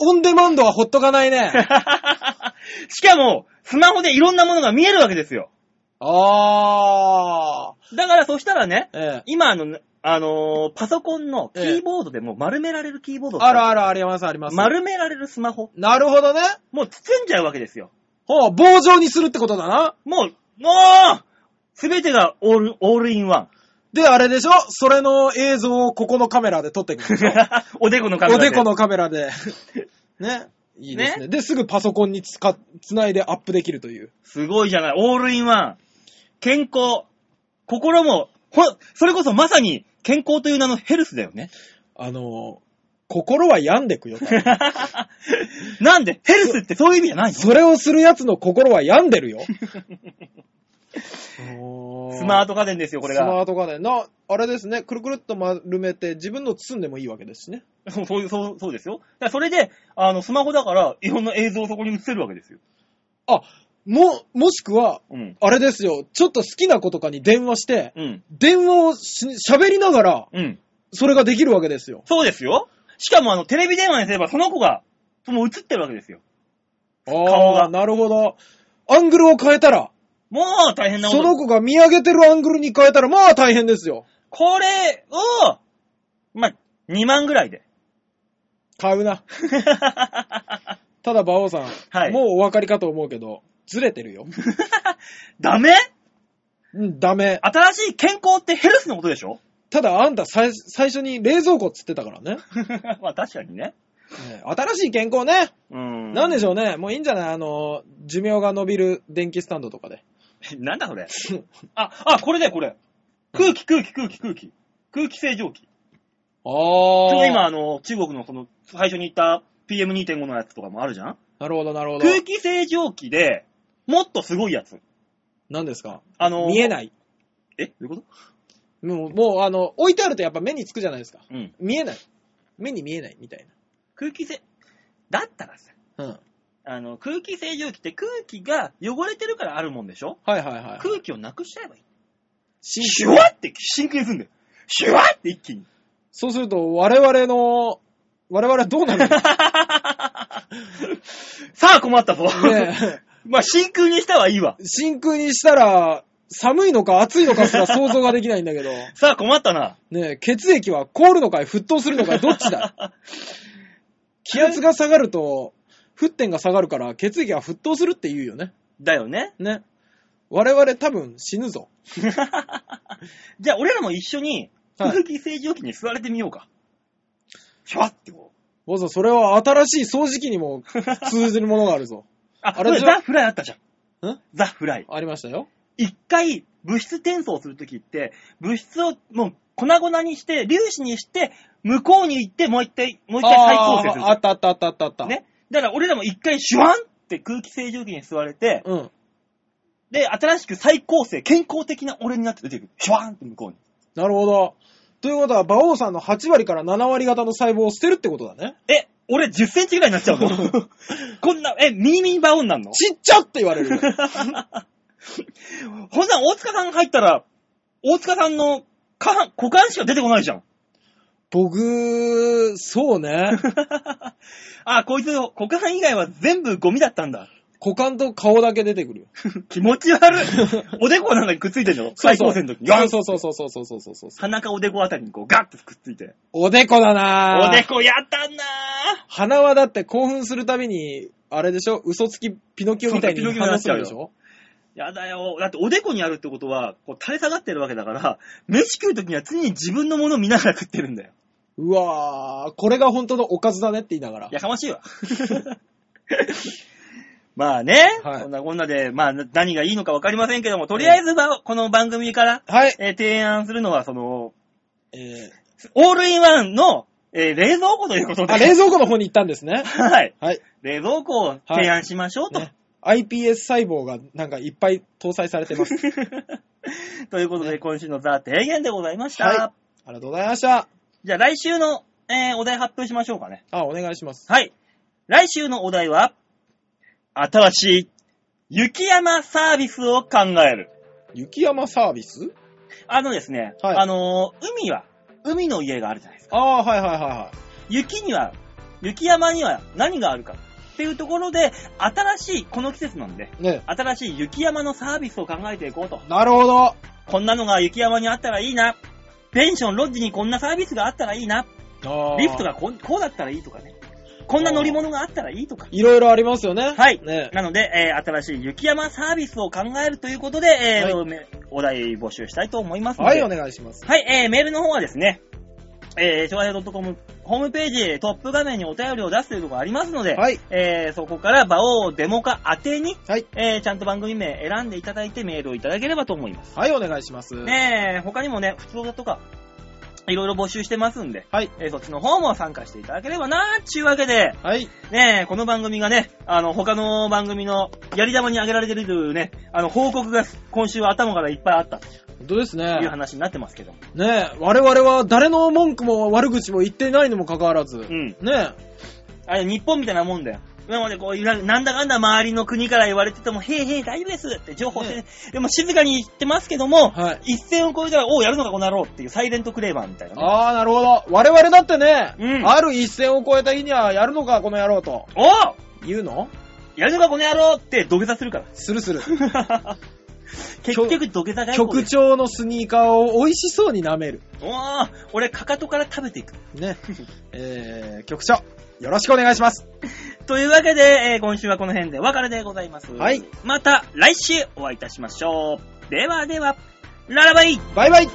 Speaker 3: オンデマンドはほっとかないね。
Speaker 2: しかも、スマホでいろんなものが見えるわけですよ。
Speaker 3: あ
Speaker 2: だからそしたらね
Speaker 3: ー。、ええ。
Speaker 2: 今あの、あのーパソコンのキーボードでもう丸められるキーボード
Speaker 3: あるあるありますあります。
Speaker 2: 丸められるスマホ、
Speaker 3: なるほどね。
Speaker 2: もう包んじゃうわけですよ。
Speaker 3: ほう、棒状にするってことだな。
Speaker 2: もう、もう、すべてがオール、オールインワン。
Speaker 3: で、あれでしょそれの映像をここのカメラで撮っていくんでしょ
Speaker 2: おでこ のカメ
Speaker 3: お
Speaker 2: ラで。
Speaker 3: でこのカメ ラで。ね。いいですね。で、すぐパソコンにつか、つないでアップできるという。
Speaker 2: すごいじゃない。オールインワン。健康。心も、ほ、それこそまさに健康という名のヘルスだよ ね。
Speaker 3: あのー、心は病んでくよ。
Speaker 2: なんで、ヘルスってそういう意味じゃないの
Speaker 3: それをする奴の心は病んで るよ。
Speaker 2: ス
Speaker 3: ス
Speaker 2: マー
Speaker 3: ー
Speaker 2: ト
Speaker 3: ト
Speaker 2: 家電ですよ、これ
Speaker 3: スマ
Speaker 2: が。
Speaker 3: ート家電。な、あれですね、くるくるっと丸めて自分の包んでもいいわけですしね。
Speaker 2: そう そういうそうそうですよ。だからそれで、あの、スマホだから、いろんな映像をそこに映せるわけですよ。
Speaker 3: あ、も、もしくは、
Speaker 2: うん。
Speaker 3: あれですよ、ちょっと好きな子とかに電話して、
Speaker 2: うん。
Speaker 3: 電話をし喋りながら、
Speaker 2: うん。
Speaker 3: それができるわけですよ。
Speaker 2: そうですよ。しかも、あの、テレビ電話にすれば、その子が、もう映ってるわけですよ。顔
Speaker 3: あ
Speaker 2: が
Speaker 3: あ、なるほど。アングルを変えたら、
Speaker 2: もう大変なこ
Speaker 3: そ
Speaker 2: と。
Speaker 3: の子が見上げてるアングルに変えたら、まあ大変ですよ。
Speaker 2: これを、まあ、2万ぐらいで。
Speaker 3: 買うな。ただ、馬王さん、
Speaker 2: はい
Speaker 3: もうお分かりかと思うけど、ずれて るよ。
Speaker 2: ダメ
Speaker 3: うん、ダメ。
Speaker 2: 新しい健康ってヘルスのことでしょ
Speaker 3: ただ、あんた最最初に冷蔵庫っつってたからね。
Speaker 2: まあ確かにね。
Speaker 3: ね新しい健康ね。
Speaker 2: うん。
Speaker 3: なんでしょうね。もういいんじゃないあの、寿命が伸びる電気スタンドとかで。
Speaker 2: なんだそれ。あ、あ、これだよ、これ。空気、空気、空気、空気。空気清浄機。ち
Speaker 3: あ
Speaker 2: ょうど
Speaker 3: あ。
Speaker 2: 今、あの、中国のこの、最初に言った PM2.5 のやつとかもあるじゃん
Speaker 3: なるほど、なるほど。
Speaker 2: 空気清浄機で、もっとすごいやつ。
Speaker 3: 何ですか
Speaker 2: あの、
Speaker 3: 見え
Speaker 2: い。
Speaker 3: ない。
Speaker 2: えどういうこと
Speaker 3: もう、もう、あの、置いてあるとやっぱ目につくじゃないですか。
Speaker 2: うん。
Speaker 3: 見えない。目に見えないみたい
Speaker 2: 空気清、だったらさ、
Speaker 3: な。うん。
Speaker 2: あの、空気清浄機って空気が汚れてるからあるもんでしょ
Speaker 3: はいはいはい。
Speaker 2: 空気をなくしちゃえばいい。
Speaker 3: 真
Speaker 2: シュ
Speaker 3: 空
Speaker 2: ワッて真空にすんだよ。シュワッて一気に。
Speaker 3: そうすると、我々の、我々はどうなる の
Speaker 2: さあ困ったぞ。
Speaker 3: ね
Speaker 2: まあ真空にしたはいいわ。
Speaker 3: え真空にしたら、寒いのか暑いのかすら想像ができないんだけど。
Speaker 2: さあ困ったな。
Speaker 3: ねえ、血液は凍るのかい、沸騰するのかい、どっち だ気圧が下がると、沸点が下がるから、血液は沸騰するって言うよね。
Speaker 2: だよね。
Speaker 3: ね。我々多分死ぬぞ。
Speaker 2: じゃあ俺らも一緒に
Speaker 3: はい
Speaker 2: 空気清浄機に座れてみようか。シュワッてこう。
Speaker 3: ボさん、それは新しい掃除機 にも通ずるものがあるぞ。
Speaker 2: あ、
Speaker 3: あ
Speaker 2: あ
Speaker 3: れ
Speaker 2: れ
Speaker 3: じゃ
Speaker 2: ザ・フライあったじゃん。
Speaker 3: ん
Speaker 2: ザ・フライ。
Speaker 3: ありましたよ。
Speaker 2: 一回物質転送するときって、物質をもう粉々にして、粒子にして、向こうに行って、もう一回、もう一回再構成する
Speaker 3: あーあったあったあったあったあった。
Speaker 2: ね。だから俺らも一回シュワンって空気清浄機に座れて、
Speaker 3: うん。
Speaker 2: で、新しく再構成、健康的な俺になって出てくる。シュワーンって向こうに。
Speaker 3: なるほど。ということは、馬王さんの8割から7割型の細胞を捨てるってことだね。
Speaker 2: え、俺10センチぐらいになっちゃう の。こんな、え、ミニミニバオンなんの
Speaker 3: ちっちゃって言われるよ。
Speaker 2: ほんなら大塚さん入ったら、大塚さんの下半、股間しか出てこないじゃん。
Speaker 3: 僕、そうね。
Speaker 2: あ、こいつ、股間以外は全部ゴミだったんだ。
Speaker 3: 股間と顔だけ出てくるよ。
Speaker 2: 気持ち 悪い。おでこなんかにくっついてんの最高生の時に。
Speaker 3: そうそうそうそうそうそうそうそうそう。
Speaker 2: 鼻かおでこあたりにこうガッとくっついて。
Speaker 3: おでこだ
Speaker 2: お
Speaker 3: なぁ
Speaker 2: でこやったんだ
Speaker 3: 鼻はだって興奮するたびに、あれでしょ嘘つきピノキオみたいに
Speaker 2: そうピノキオになっ
Speaker 3: 話す
Speaker 2: ちゃう
Speaker 3: る
Speaker 2: よ
Speaker 3: でしょ
Speaker 2: ーやだよ。だっておでこにあるってことは、こう垂れ下がってるわけだから、飯食う時には常に自分のものを見ながら食ってるんだよ。
Speaker 3: うわぁ、これが本当のおかずだねって言いながら。
Speaker 2: やかましい わ。まあね、
Speaker 3: はい
Speaker 2: そんなこんなで、まあ何がいいのかわかりませんけども、とりあえずはこの番組から、
Speaker 3: はい。
Speaker 2: えー提案するのは、その、
Speaker 3: えー、
Speaker 2: オールインワンの、えー冷蔵庫という ことで。
Speaker 3: あ、冷蔵庫の方に行ったんですね。
Speaker 2: はい。
Speaker 3: はい。
Speaker 2: 冷蔵庫を提案しましょうと。
Speaker 3: ね iPS 細胞がなんかいっぱい搭載されて ます。
Speaker 2: ということで、今週のザ・提言でございました。
Speaker 3: はありがとうございました。
Speaker 2: じゃあ来週の、えーお題発表しましょうかね。
Speaker 3: あ、お願いします。
Speaker 2: はい。来週のお題は、新しい雪山サービスを考える。
Speaker 3: 雪山サービス
Speaker 2: あのですね、
Speaker 3: はい
Speaker 2: あのー海は、海の家があるじゃないですか。
Speaker 3: ああ、はいはいはいは
Speaker 2: 雪には、雪山には何があるかっていうところで、新しい、この季節なんで、
Speaker 3: い。ね。
Speaker 2: 新しい雪山のサービスを考えていこうと。
Speaker 3: なるほど。
Speaker 2: こんなのが雪山にあったらいいな。ペンション、ロッジにこんなサービスがあったらいいな。リフトがこうこうだったらいいとかね。こんな乗り物があったらいいとか。
Speaker 3: いろいろありますよね。
Speaker 2: はい
Speaker 3: ね。
Speaker 2: なので、えー新しい雪山サービスを考えるということで、えー
Speaker 3: は
Speaker 2: めお題募集したいと思いますので。
Speaker 3: はい、お願いします。
Speaker 2: はい、えー、メールの方はですね、えー、昭和平 .com ホームページトップ画面にお便りを出すというところがありますので、
Speaker 3: はい。
Speaker 2: えー、そこから場をデモ化宛てに、
Speaker 3: はい。
Speaker 2: えー、ちゃんと番組名選んでいただいてメールをいただければと思います。
Speaker 3: はい、お願いします。
Speaker 2: ねえ、他にもね、普通だとか、いろいろ募集してますんで、
Speaker 3: はい。
Speaker 2: えー、そっちの方も参加していただければなーっちゅうわけで、
Speaker 3: はい。
Speaker 2: ねえ、この番組がね、あの、他の番組のやり玉に挙げられてるというね、あの、報告が今週は頭からいっぱいあったと
Speaker 3: 本当ですね
Speaker 2: いう。話になってますけど。
Speaker 3: ね我々は誰の文句も悪口も言ってないにもかかわらず、
Speaker 2: うん。
Speaker 3: ね
Speaker 2: あれ、日本みたいなもんだよ。今までこう、なんだかんだ周りの国から言われてても、へいへい大丈夫ですって情報して、
Speaker 3: ね
Speaker 2: でも静かに言ってますけども、
Speaker 3: はい
Speaker 2: 一線を越えたら、おう、やるのかこの野郎っていうサイレントクレーバーみたいなね、
Speaker 3: ああ、なるほど。我々だってね、
Speaker 2: うん
Speaker 3: ある一線を越えた日にはやるのか、この野郎と。
Speaker 2: おう
Speaker 3: 言うの
Speaker 2: やるのかこの野郎って土下座するか
Speaker 3: するする。
Speaker 2: ら。 結局土下座が
Speaker 3: 局長のスニーカーを美味しそうに舐める。
Speaker 2: おー俺、かかとから食べていく。
Speaker 3: ね。えー、局長、よろしくお願いします。
Speaker 2: というわけで、えー今週はこの辺でお別れでございます。
Speaker 3: はい。
Speaker 2: また来週お会いいたしましょう。ではでは、ララバイ
Speaker 3: バイバイ